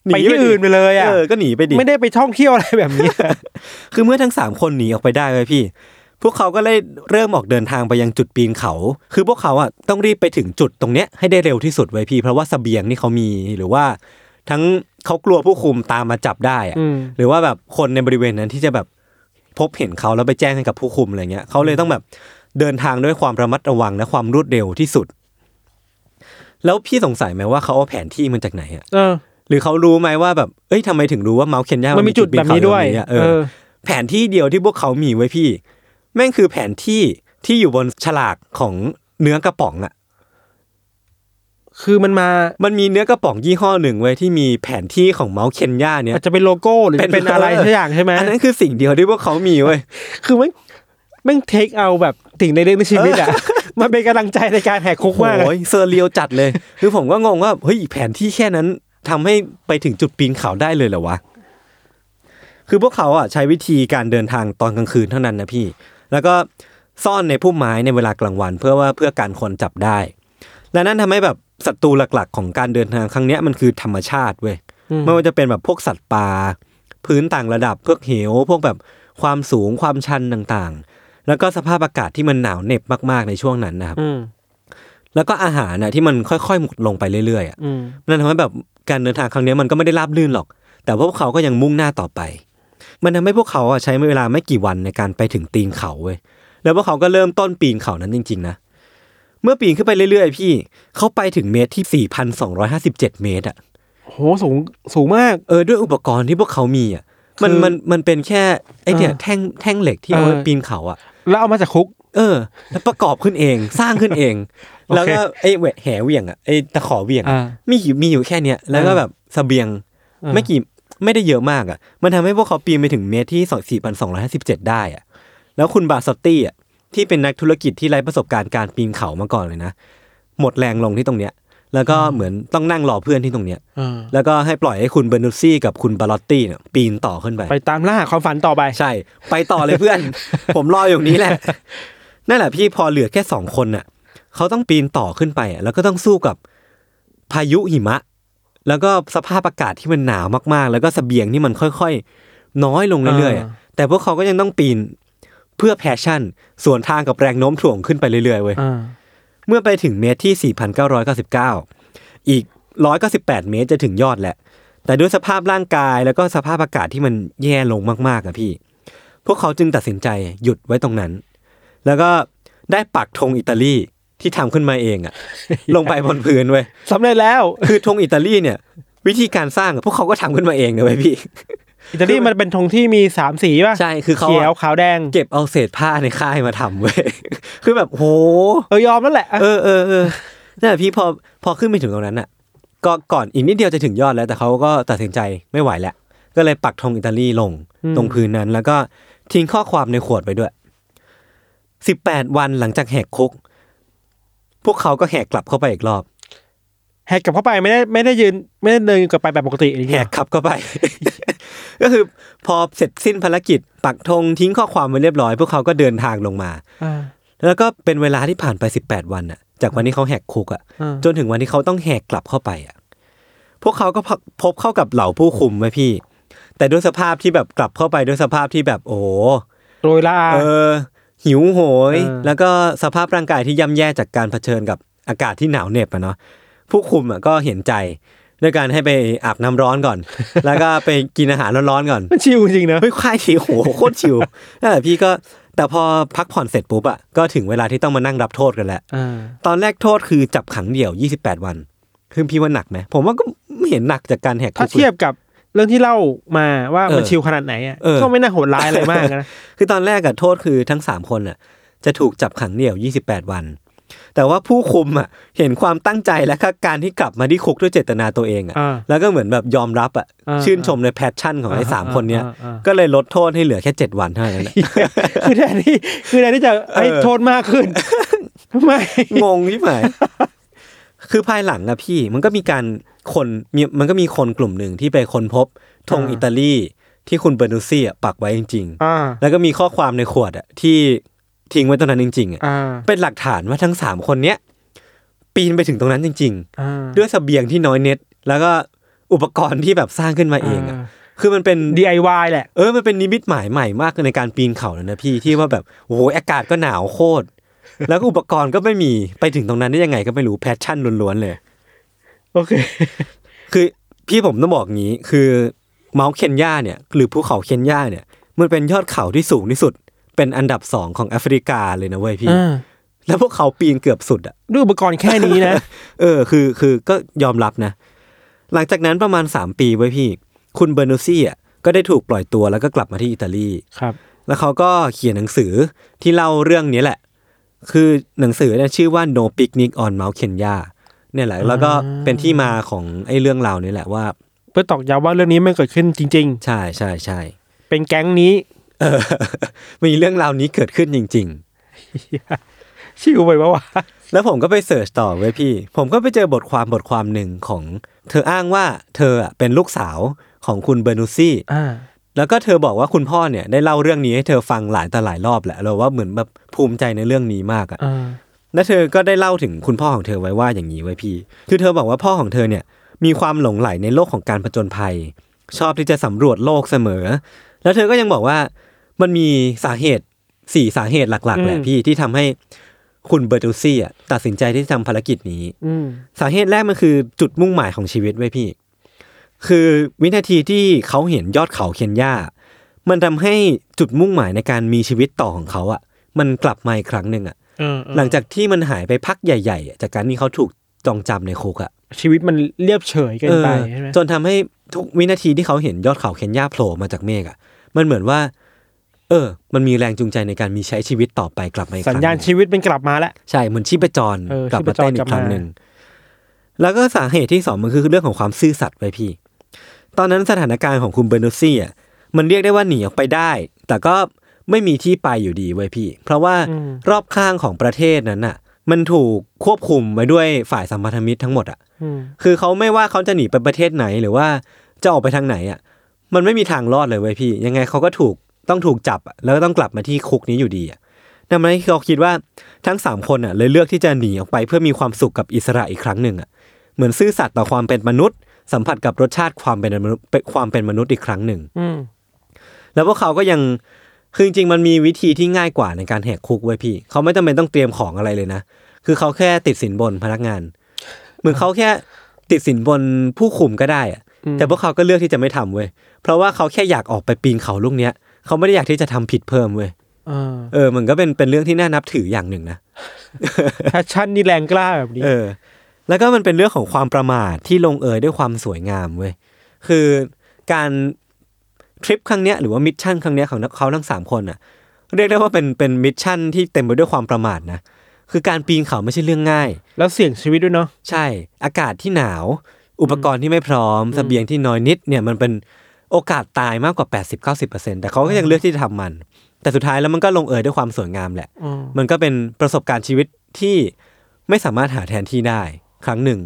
S3: ไปที่อื่นไปเลยอ่ะ
S2: เออก็หนีไปดิ
S3: ไม่ได้ไปท่องเที่ยวอะไรแบบนี้
S2: คือเมื่อทั้งสามคนหนีออกไปได้เลยพี่ พวกเขาก็เลยเริ่มออกเดินทางไปยังจุดปีนเขา คือพวกเขาอ่ะต้องรีบไปถึงจุดตรงเนี้ยให้ได้เร็วที่สุดไว้ยพี่ เพราะว่าเสบียงที่เขามีหรือว่า ทั้งเขากลัวผู้คุมตามมาจับได้อะ
S3: อืม
S2: หรือว่าแบบคนในบริเวณนั้นที่จะแบบพบเห็นเขาแล้วไปแจ้งให้กับผู้คุมอะไรเงี้ยเขาเลยต้องแบบเดินทางด้วยความระมัดระวังและความรวดเร็วที่สุด แล้วพี่สงสัยไหมว่าเขาเอาแผนที่มันจากไหนอ่ะ
S3: เออ
S2: หรือเขารู้ไหมว่าแบบเอ้ยทำไมถึงรู้ว่าเมาส์เคนยา
S3: มั
S2: มัน
S3: มีจุดแบบนี้ด้วย
S2: มีจุปีเขาอางนี้อะ
S3: เอ
S2: เออ
S3: อ
S2: แผนที่เดียวที่พวกเขามีไว้พี่ แม่งคือแผนที่ที่อยู่บนฉลากของเนื้อกระป๋องอะ
S3: คือมันมา
S2: มันมีเนื้อกระป๋องยี่ห้อหนึ่งไว้ยที่มีแผนที่ของเมาส์เคนยาเนี่ย
S3: อาจจะเป็นโลโก้หรือ
S2: เป็น
S3: เป็นอะไร
S2: เออ
S3: สักอย่างใช่ไหม
S2: อันนั้นคือสิ่งเดียวที่พวกเขามีเว้ย
S3: คือมันมันเทคเอาแบบสิ่งในเรื่องในชีวิตอ่ะ มันเป็นกำลังใจในการแหกคุกมากอะ
S2: โอ้ยเซอร์เรียลจัดเลย คือผมก็งงว่าเฮ้ยแผนที่แค่นั้นทำให้ไปถึงจุดปีนเขาได้เลยเหรอวะ คือพวกเขาอ่ะใช้วิธีการเดินทางตอนกลางคืนเท่านั้นนะพี่ แล้วก็ซ่อนในพุ่มไม้ในเวลากลางวัน เพื่อว่าเพื่อการคนจับได้ และนั่นทำให้แบบศัตรูหลักๆ ของการเดินทางครั้งเนี้ยมันคือธรรมชาติเว้ย ไม่ว่าจะเป็นแบบพวกสัตว์ป่าพื้นต่างระดับพวกเหว พวกแบบความสูงความชันต่างๆ แล้วก็สภาพอากาศที่มันหนาวเหน็บมากๆในช่วงนั้นนะครับ
S3: อืม
S2: แล้วก็อาหารนะที่มันค่อยๆหมดลงไปเรื่อยๆอะ
S3: อืม
S2: นั่นทำให้แบบการเดินทางครั้งเนี้ยมันก็ไม่ได้ราบรื่นหรอก แต่พวกเขาก็ยังมุ่งหน้าต่อไป มันทำให้พวกเขาอะใช้เวลาไม่กี่วันในการไปถึงตีนเขาเว้ยแล้วพวกเขาก็เริ่มต้นปีนเขานั้นจริงๆนะเมื่อปีนขึ้นไปเรื่อยๆ พี่เขาไปถึงเมตรที่ 4,257 เมตรอ่ะ
S3: โหสูงสูงมาก
S2: เออด้วยอุปกรณ์ที่พวกเขามีอ่ะมัน
S3: คือ
S2: มันมันเป็นแค่ไอเนี่ย
S3: เออ
S2: แท่งแท่งเหล็กที่เอาไว้
S3: เออ
S2: ปีนเขาอ่ะ
S3: แล้วเอามาจากคุก
S2: เออ แล้วประกอบขึ้นเองสร้างขึ้นเอง
S3: โอเค
S2: แล้วก็ไอ้แหวะแหเหวี่ยงอ่ะไอ้ตะขอเหวี่ยงอะ
S3: อ่า
S2: มีอยู่มีอยู่แค่เนี้ยแล้วก็
S3: อ่า
S2: แบบเสบียง
S3: อ่า
S2: ไม่กี่ไม่ได้เยอะมากอ่ะ มันทำให้พวกเขาปีนไปถึงเมตรที่สองสี่พันสองร้อยห้าสิบเจ็ดได้อ่ะ แล้วคุณบาสตี้อ่ะที่เป็นนักธุรกิจที่ไร้ประสบการณ์การปีนเขามาก่อนเลยนะหมดแรงลงที่ตรงเนี้ย แล้วก็เหมือนต้องนั่งรอเพื่อนที่ตรงเนี้ย
S3: เออ
S2: แล้วก็ให้ปล่อยให้คุณเบอร์นูซี่กับคุณบาลอตตี้เนี่ยปีนต่อขึ้นไป
S3: ไปตามล่าความฝันต่อไป
S2: ใช่ ไปต่อเลยเพื่อน ผมรออยู่ตรงนี้แหละ นั่นแหละพี่พอเหลือแค่สองคนน่ะ เขาต้องปีนต่อขึ้นไปอ่ะแล้วก็ต้องสู้กับพายุหิมะ แล้วก็สภาพอากาศที่มันหนาวมากๆ แล้วก็เสบียงที่มันค่อยๆ น้อยลงเรื่อยๆอ่ะ
S3: อ่
S2: แต่พวกเขาก็ยังต้องปีนเพื่อแพชชั่น สวนทางกับแรงโน้มถ่วงขึ้นไปเรื่อยๆเว้ย
S3: อ่า
S2: เมื่อไปถึงเมตรที่ 4,999 อีก 198 เมตรจะถึงยอดแหละ แต่ด้วยสภาพร่างกายแล้วก็สภาพอากาศที่มันแย่ลงมากๆอะพี่ พวกเขาจึงตัดสินใจหยุดไว้ตรงนั้น แล้วก็ได้ปักธงอิตาลีที่ทำขึ้นมาเองอะ ลงไปบนพื้นเว้ย
S3: สำเร็จแล้ว
S2: คือธงอิตาลีเนี่ย วิธีการสร้างอะพวกเขาก็ทำขึ้นมาเองนะเว้ยพี่
S3: อิตาลีมันเป็นธงที่มีสามสีป่ะ
S2: ใช่คือเขาอะ
S3: เขียวขาวแดง
S2: เก็บเอาเศษผ้าในค่ายมาทำเว้ย คือแบบโห
S3: เออยอมแล้วแหละอะ
S2: เออเออเออนั่นแหละพี่พอพอขึ้นไปถึงตรงนั้นอ่ะ ก็ก่อนอีกนิดเดียวจะถึงยอดแล้ว แต่เขาก็ตัดสินใจไม่ไหวแล้ว ก็เลยปักธงอิตาลีลงตรงพื้นนั้น แล้วก็ทิ้งข้อความในขวดไว้ด้วย สิบแปดวันหลังจากแหกคุก พวกเขาก็แหกกลับเข้าไปอีกรอบ
S3: แหกกลับเข้าไปไม่ได้ไม่ได้ยืนไม่ได้เดินกลับไปแบบปกติอะไร
S2: แห
S3: เงี้ย
S2: กขับเข้าไป ก็คือพอเสร็จสิ้นภารกิจ ปักธงทิ้งข้อความไว้เรียบร้อย พวกเขาก็เดินทางลงมา
S3: อ่า
S2: แล้วก็เป็นเวลาที่ผ่านไป 18 วันน่ะ จากวันที่เขาแหกคุกอ่ะ
S3: อ่า
S2: จนถึงวันที่เขาต้องแหกกลับเข้าไปอ่ะ พวกเขาก็พบพบเข้ากับเหล่าผู้คุมไว้พี่ แต่ด้วยสภาพที่แบบกลับเข้าไปด้วยสภาพที่แบบโอ้โห
S3: โรยลา
S2: เออ หิวโหย
S3: เออ
S2: แล้วก็สภาพร่างกายที่ย่ำแย่จากการเผชิญกับอากาศที่หนาวเหน็บอะเนาะ ผู้คุมอ่ะก็เห็นใจด้วยการให้ไปอาบน้ำร้อนก่อน แล้วก็ไปกินอาหารร้อนๆก่อน
S3: มันชิวจริงๆนะ
S2: เฮ้ยค่ายชิวโหโคตรชิวนั่นแหละพี่ก็แต่พอพักผ่อนเสร็จปุ๊บอะก็ถึงเวลาที่ต้องมานั่งรับโทษกันแหละ
S3: อ่า
S2: ตอนแรกโทษคือจับขังเดี่ยว 28 วัน คือพี่ว่าหนักไหม ผมว่าก็ไม่เห็นหนักจากการแหกคุ
S3: ถ้าก
S2: ล
S3: เทียบกับเรื่องที่เล่ามาว่า
S2: เออ
S3: มันชิวขนาดไหนอ่ะ
S2: เออ
S3: ก็ไม่น่าโหดร้ายอะไรมากนะ
S2: คือตอนแรกอะโทษคือทั้ง 3 คนอะจะถูกจับขังเดี่ยว 28 วัน แต่ว่าผู้คุมอะเห็นความตั้งใจและก็การที่กลับมาที่คุกด้วยเจตนาตัวเองอะ
S3: อ่า
S2: แล้วก็เหมือนแบบยอมรับอะ
S3: อ่า
S2: ชื่นชมในแพชชั่นของไอ้สามคนเนี้ย
S3: อ่าอ่าอ่า
S2: ก็เลยลดโทษให้เหลือแค่ 7 วันเท่านั้นแหละ
S3: คือแทนที่คือแทนที่จะให้
S2: เออ
S3: โทษมากขึ้น ทำไม
S2: งงที่ไหน คือภายหลังอะพี่มันก็มีการคนมีมันก็มีคนกลุ่มหนึ่งที่ไปค้นพบธง
S3: อ่า
S2: อิตาลี ที่คุณเบอร์นูซี่อะปักไว้จริง
S3: อ่า
S2: ๆ แล้วก็มีข้อความในขวดอะที่ทิ้งไว้ตรงนั้นจริงๆอะ
S3: อ่า
S2: เป็นหลักฐานว่าทั้งสามคนเนี้ยปีนไปถึงตรงนั้นจริง
S3: อ่า
S2: ๆ ด้วยเสบียงที่น้อยเน็ต แล้วก็อุปกรณ์ที่แบบสร้างขึ้นมาเองอะคือมันเป็น
S3: DIY แหละ
S2: เออ มันเป็นนิมิตหมายใหม่มากในการปีนเขาเลยนะพี่ที่ว่าแบบโอ้โหอากาศก็หนาวโคตร แล้วก็อุปกรณ์ก็ไม่มีไปถึงตรงนั้นได้ยังไงก็ไม่รู้แพชชั่นล้วนๆเลย
S3: โอเค
S2: คือพี่ผมต้องบอกงี้คือเมาส์เคนยาเนี่ย หรือภูเขาเคนยาเนี่ย มันเป็นยอดเขาที่สูงที่สุด เป็นอันดับสองของแอฟริกาเลยนะเว้ยพี่
S3: อ่า
S2: แล้วพวกเขาปีนเกือบสุดอ่ะ
S3: ด้วยอุปกรณ์แค่นี้ นะ
S2: เออคือคือก็ยอมรับนะ หลังจากนั้นประมาณ 3 ปีไว้ยพี่ คุณเบอร์นูซี่อ่ะก็ได้ถูกปล่อยตัวแล้วก็กลับมาที่อิตาลี
S3: ครับ
S2: แล้วเขาก็เขียนหนังสือที่เล่าเรื่องนี้แหละ คือหนังสือเนี่ยชื่อว่า No Picnic on Mount Kenya เนี่ยแหละ แล้วก็เป็นที่มาของไอ้เรื่องราวนี้แหละว่า
S3: เพื่อตอกย้ำว่าเรื่องนี้มันเกิดขึ้นจริง
S2: ใช่ใช่ใช่
S3: ๆ เป็นแก๊งนี้
S2: เออ มีเรื่องราวนี้เกิดขึ้นจริง
S3: ชื่อไปว่าวะ
S2: ๆ แล้วผมก็ไปเสิร์ชต่อเว้ยพี่ ผมก็ไปเจอบทความบทความหนึ่งของ เธออ้างว่าเธออะเป็นลูกสาวของคุณเบอร์นูซี่
S3: อ่า
S2: แล้วก็เธอบอกว่าคุณพ่อเนี่ยได้เล่าเรื่องนี้ให้เธอฟังหลายต่อหลายรอบแหละแล้วว่าเหมือนแบบภูมิใจในเรื่องนี้มากอะ
S3: อ่า
S2: และเธอก็ได้เล่าถึงคุณพ่อของเธอไว้ว่าอย่างนี้ไว้พี่ คือเธอบอกว่าพ่อของเธอเนี่ย มีความหลงใหลในโลกของการผจญภัย ชอบที่จะสำรวจโลกเสมอ แล้วเธอก็ยังบอกว่ามันมีสาเหตุสี่สาเหตุหลัก ๆ แหละ
S3: อืม
S2: พี่ที่ทำให้คุณเบอร์ตูซี่อะตัดสินใจที่จะทำภารกิจนี้
S3: อืม
S2: สาเหตุแรกมันคือจุดมุ่งหมายของชีวิตไว้ยพี่ คือวินาทีที่เขาเห็นยอดเขาเคนยา มันทำให้จุดมุ่งหมายในการมีชีวิตต่อของเขาอะมันกลับมาอีกครั้งหนึ่งอะ
S3: เออ
S2: หลังจากที่มันหายไปพักใหญ่ๆอ่ะจากการที่เขาถูกจองจำในคุกอะ
S3: ชีวิตมันเรียบเฉยเกินไป
S2: เออ
S3: ใช่ไหม
S2: จนทำให้ทุกวินาทีที่เขาเห็นยอดเขาเคนยาโผล่มาจากเมฆอะมันเหมือนว่า เออ มันมีแรงจูงใจในการมีใช้ชีวิตต่อไปกลับมาอีกค
S3: สัญ
S2: รั้ง
S3: ญาณชีวิตมันกลับมาแล้ว
S2: ใช่เหมือนชีพจร
S3: เออก
S2: ลับมาเต้นอี
S3: ชีพจรกลับ
S2: ก
S3: มา
S2: ครั้งหนึ่งแล้วก็สาเหตุที่สองมันคือเรื่องของความซื่อสัตย์ไว้พี่ ตอนนั้นสถานการณ์ของคุณเบอร์นูซี่อ่ะมันเรียกได้ว่าหนีออกไปได้ แต่ก็ไม่มีที่ไปอยู่ดีไว้ยพี่ เพราะว่า
S3: อืม
S2: รอบข้างของประเทศนั้นน่ะ มันถูกควบคุมไว้ด้วยฝ่ายสัมพันธมิตรทั้งหมดอ่ะ
S3: อืม
S2: คือเขาไม่ว่าเขาจะหนีไปประเทศไหนหรือว่าจะออกไปทางไหนอ่ะ มันไม่มีทางรอดเลยเว้ยพี่ ยังไงเขาก็ถูกต้องถูกจับอะแล้วก็ต้องกลับมาที่คุกนี้อยู่ดีอ่ะนั่นหมายความว่าเขาคิดว่าทั้งสามคนอ่ะเลยเลือกที่จะหนีออกไปเพื่อมีความสุขกับอิสระอีกครั้งหนึ่งอ่ะเหมือนซื่อสัตย์ต่อความเป็นมนุษย์ สัมผัสกับรสชาติความเป็นมนุษย์ความเป็นมนุษย์อีกครั้งหนึ่ง
S3: อืม
S2: แล้วพวกเขาก็ยัง คือจริงๆ มันมีวิธีที่ง่ายกว่าในการแหกคุกไว้ยพี่ เขาไม่จำเป็นต้องเตรียมของอะไรเลยนะ คือเขาแค่ติดสินบนพนักงาน เหมือนเขาแค่ติดสินบนผู้คุมก็ได้อะ
S3: อืม
S2: แต่พวกเขาก็เลือกที่จะไม่ทำเว้ย เพราะว่าเขาแค่อยากออกไปปีนเขาลูกเนี้ย เขาไม่ได้อยากที่จะทำผิดเพิ่มเว้ย
S3: เออ
S2: เออ มันก็เป็นเป็นเรื่องที่น่านับถืออย่างหนึ่งนะ
S3: แพชชั่นนี่แรงกล้าแบบนี้
S2: เออ แล้วก็มันเป็นเรื่องของความประมาทที่ลงเอยด้วยความสวยงามเว้ย คือการ ทริปครั้งเนี้ยหรือว่ามิชชั่นครั้งเนี้ยของเขาทั้งสามคนอ่ะ เรียกได้ว่าเป็นเป็นมิชชั่นที่เต็มไปด้วยความประมาทนะคือการปีนเขาไม่ใช่เรื่องง่าย
S3: แล้วเสี่ยงชีวิตด้วยเนาะ
S2: ใช่ อากาศที่หนาว อุปกรณ์ที่ไม่พร้อมเสบียงที่น้อยนิดเนี่ยมันเป็นโอกาสตายมากกว่า 80-90%แต่เขาก็ยังเลือกที่จะทำมัน แต่สุดท้ายแล้วมันก็ลงเอยด้วยความสวยงามแหละ
S3: อืม
S2: มันก็เป็นประสบการณ์ชีวิตที่ไม่สามารถหาแทนที่ได้ครั้งหนึ่ง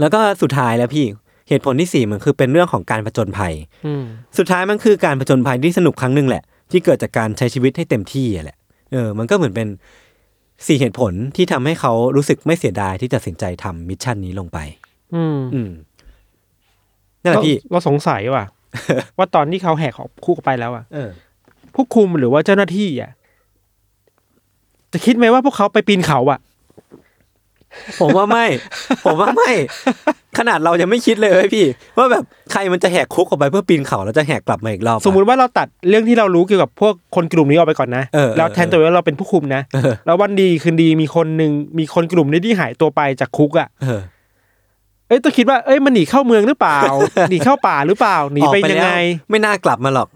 S2: แล้วก็สุดท้ายแล้วพี่เหตุผลที่สี่มันคือเป็นเรื่องของการผจญภัย
S3: อืม
S2: สุดท้ายมันคือการผจญภัยที่สนุกครั้งหนึ่งแหละ ที่เกิดจากการใช้ชีวิตให้เต็มที่อะแหละเออ มันก็เหมือนเป็นสี่เหตุผลที่ทำให้เขารู้สึกไม่เสียดายที่ตัดสินใจทำมิชชั่นนี้ลงไป
S3: อืม
S2: อืมนั่นแหละพี่
S3: เราเราสงสัยว่ะ ว่าตอนที่เขาแหกออกคู่กันไปแล้วอ่ะ
S2: เออ
S3: ผู้คุมหรือว่าเจ้าหน้าที่อ่ะจะคิดไหมว่าพวกเขาไปปีนเขาอ่ะ
S2: ผมว่าไม่ ผมว่าไม่ ขนาดเรายังไม่คิดเลยเว้ยพี่ ว่าแบบใครมันจะแหกคุกออกไปเพื่อปีนเขาแล้วจะแหกกลับมาอีกรอบอะ
S3: สมมุติว่าเราตัดเรื่องที่เรารู้เกี่ยวกับพวกคนกลุ่มนี้ออกไปก่อนนะ
S2: เออเออ
S3: แล้วแทนตัวเองว่าเราเป็นผู้คุมนะ
S2: เออ
S3: แล้ววันดีคืนดีมีคนหนึ่งมีคนกลุ่มนี้ที่หายตัวไปจากคุกอ่ะ
S2: เออ
S3: เอ้ยต้องคิดว่าเอ้ยมันหนีเข้าเมืองหรือเป ล่า หนีเข้าป่าหรือเปล่าหนีไป
S2: ออก
S3: ยังไง
S2: แล้วไม่น่ากลับมาหรอก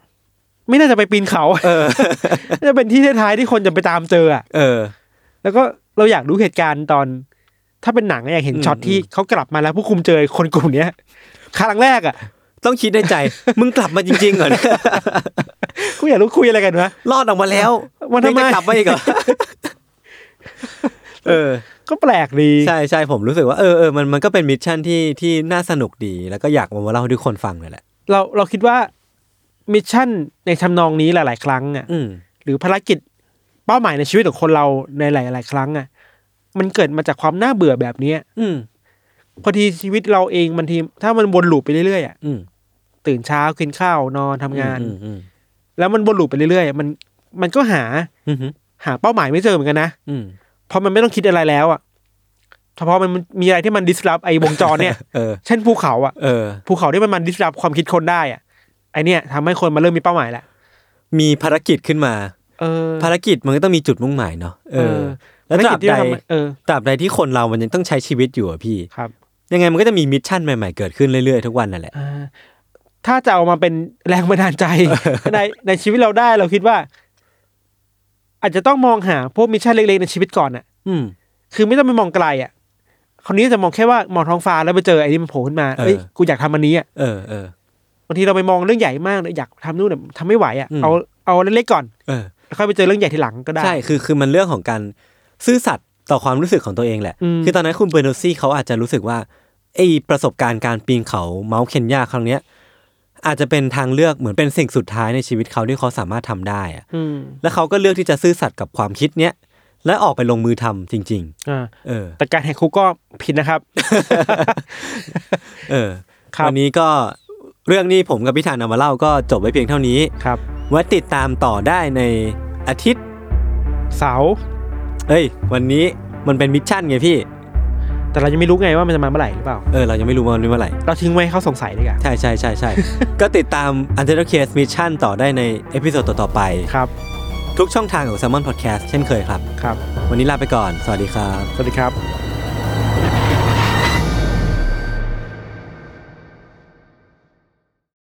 S3: ไม่น่าจะไปปีนเขา
S2: เออ
S3: น่าจะเป็นที่ท้ายๆที่คนจะไปตามเจออ่ะ
S2: เออ
S3: แล้วก็เราอยากรู้เหตุการณ์ตอน ถ้าเป็นหนังอะอยากเห็น
S2: อืม
S3: ช็อตที่เขากลับมาแล้วผู้คุมเจอคนกลุ่มเนี้ยครั้งแรกอ่ะ
S2: ต้องคิดในใจ มึงกลับมาจริงๆเหรอเนี่ย
S3: กูอยากรู้คุยอะไรกันวะ
S2: รอดออกมาแล้ว
S3: มันทำไม
S2: งจะกลับมาอีกเหรอ เออ
S3: ก็แปลกดี
S2: ใช่ใช่ผมรู้สึกว่าเออเออมันมันก็เป็นมิชชั่นที่ที่น่าสนุกดี แล้วก็อยากเอามาเล่าให้ทุกคนฟังเลยแหละ
S3: เราเราคิดว่ามิชชั่นในทำนองนี้หลาย ๆ ครั้งอ่ะ
S2: อืม
S3: หรือภารกิจเป้าหมายในชีวิตของคนเราในหลาย ๆ ครั้งอ่ะมันเกิดมาจากความน่าเบื่อแบบเนี้ย
S2: อืม
S3: พอทีชีวิตเราเองมันทีถ้ามันวนลูปไปเรื่อยๆอ่ะ
S2: อืม
S3: ตื่นเช้ากินข้าวนอนทำงาน
S2: อืมอืม
S3: แล้วมันวนลูปไปเรื่อยๆ มันมันก็หา
S2: อืมอืม
S3: หาเป้าหมายไม่เจอเหมือนกันนะ
S2: อืม
S3: เพราะมันไม่ต้องคิดอะไรแล้วอ่ะเฉพาะมันมีอะไรที่มันดิสรับไอ้วงจร เนี่ย
S2: เออ
S3: เช่นภูเขาอ่ะ
S2: เออ
S3: ภูเขาที่มันมันดิสรับความคิดคนได้อ่ะไอเนี่ยทำให้คนมาเริ่มมีเป้าหมายแล้ว
S2: มีภารกิจขึ้นมา
S3: เออ
S2: ภารกิจมันก็ต้องมีจุดมุ่งหมายเนาะเอ
S3: เอ
S2: อ
S3: อ
S2: แล้วตราบใด
S3: ภกิจที่เทำเออ
S2: ตราบใดที่คนเรามันยังต้องใช้ชีวิตอยู่อะพี่
S3: ครับ
S2: ยังไงมันก็จะมีมิชชั่นใหม่ๆเกิดขึ้นเรื่อยๆทุกวันนั่นแหละ
S3: อ่าถ้าจะเอามาเป็นแรงบันดาลใจ ในในชีวิตเราได้เราคิดว่า อาจจะต้องมองหาพวกมิชชั่นเล็กๆในชีวิตก่อนอ่ะ
S2: อืม
S3: คือไม่ต้องไปมองไกลอ่ะคนนี้จะมองแค่ว่ามองท้องฟ้าแล้วไปเจอไอ้นี่มันโผล่ขึ้นมา
S2: เออ
S3: เอ้ยกูอยากทำอันนี้อ่ะ
S2: เออเออ บ
S3: บางทีเราไปมองเรื่องใหญ่มากเลยอยากทำนู่นแต่ทำไม่ไหวอ่ะ
S2: อืม
S3: เอาเอาเล็กๆก่อน
S2: เออ
S3: แล้วค่อยไปเจอเรื่องใหญ่ทีหลังก็ได้
S2: ใช่คือคือมันเรื่องของการซื่อสัตย์ต่อความรู้สึกของตัวเองแหละ
S3: อืม
S2: คือตอนนั้นคุณเบอร์โนซี่เขาอาจจะรู้สึกว่าไอประสบการณ์การปีนเขาเมาส์เคนยาครั้งเนี้ย อาจจะเป็นทางเลือกเหมือนเป็นสิ่งสุดท้ายในชีวิตเขาที่เขาสามารถทำได้อะ
S3: อืม
S2: แล้วเขาก็เลือกที่จะซื่อสัตย์กับความคิดเนี้ยและออกไปลงมือทำจริง
S3: อ่า
S2: ๆ เออ
S3: แต่การแหกคุกก็ผิดนะครับ
S2: เออ
S3: ครับ
S2: วันนี้ก็เรื่องนี้ผมกับพี่ธานเอามาเล่าก็จบไว้เพียงเท่านี้
S3: ครับ
S2: ไว้ติดตามต่อได้ในอาทิตย์
S3: เสาร์
S2: เอ้ย วันนี้มันเป็นมิชชั่นไงพี่
S3: แต่เรายังไม่รู้ไงว่ามันจะมาเมื่อไหร่หรือเปล่า
S2: เออ เรายังไม่รู้ว่ามันเป็นเมื่อไหร่
S3: เราทิ้งไว้ให้เขาสงสัยดีกว่า
S2: ใช่ใช่ใช่ ใช่ ก็ติดตาม u n t e r Case Mission ต่อได้ในเอพิโซดต่อๆไป
S3: ครับ
S2: ทุกช่องทางของ s ซ m o n Podcast เช่นเคยครับ
S3: ครับ
S2: วันนี้ลาไปก่อน สวัสดีครับ
S3: สวัสดีครับ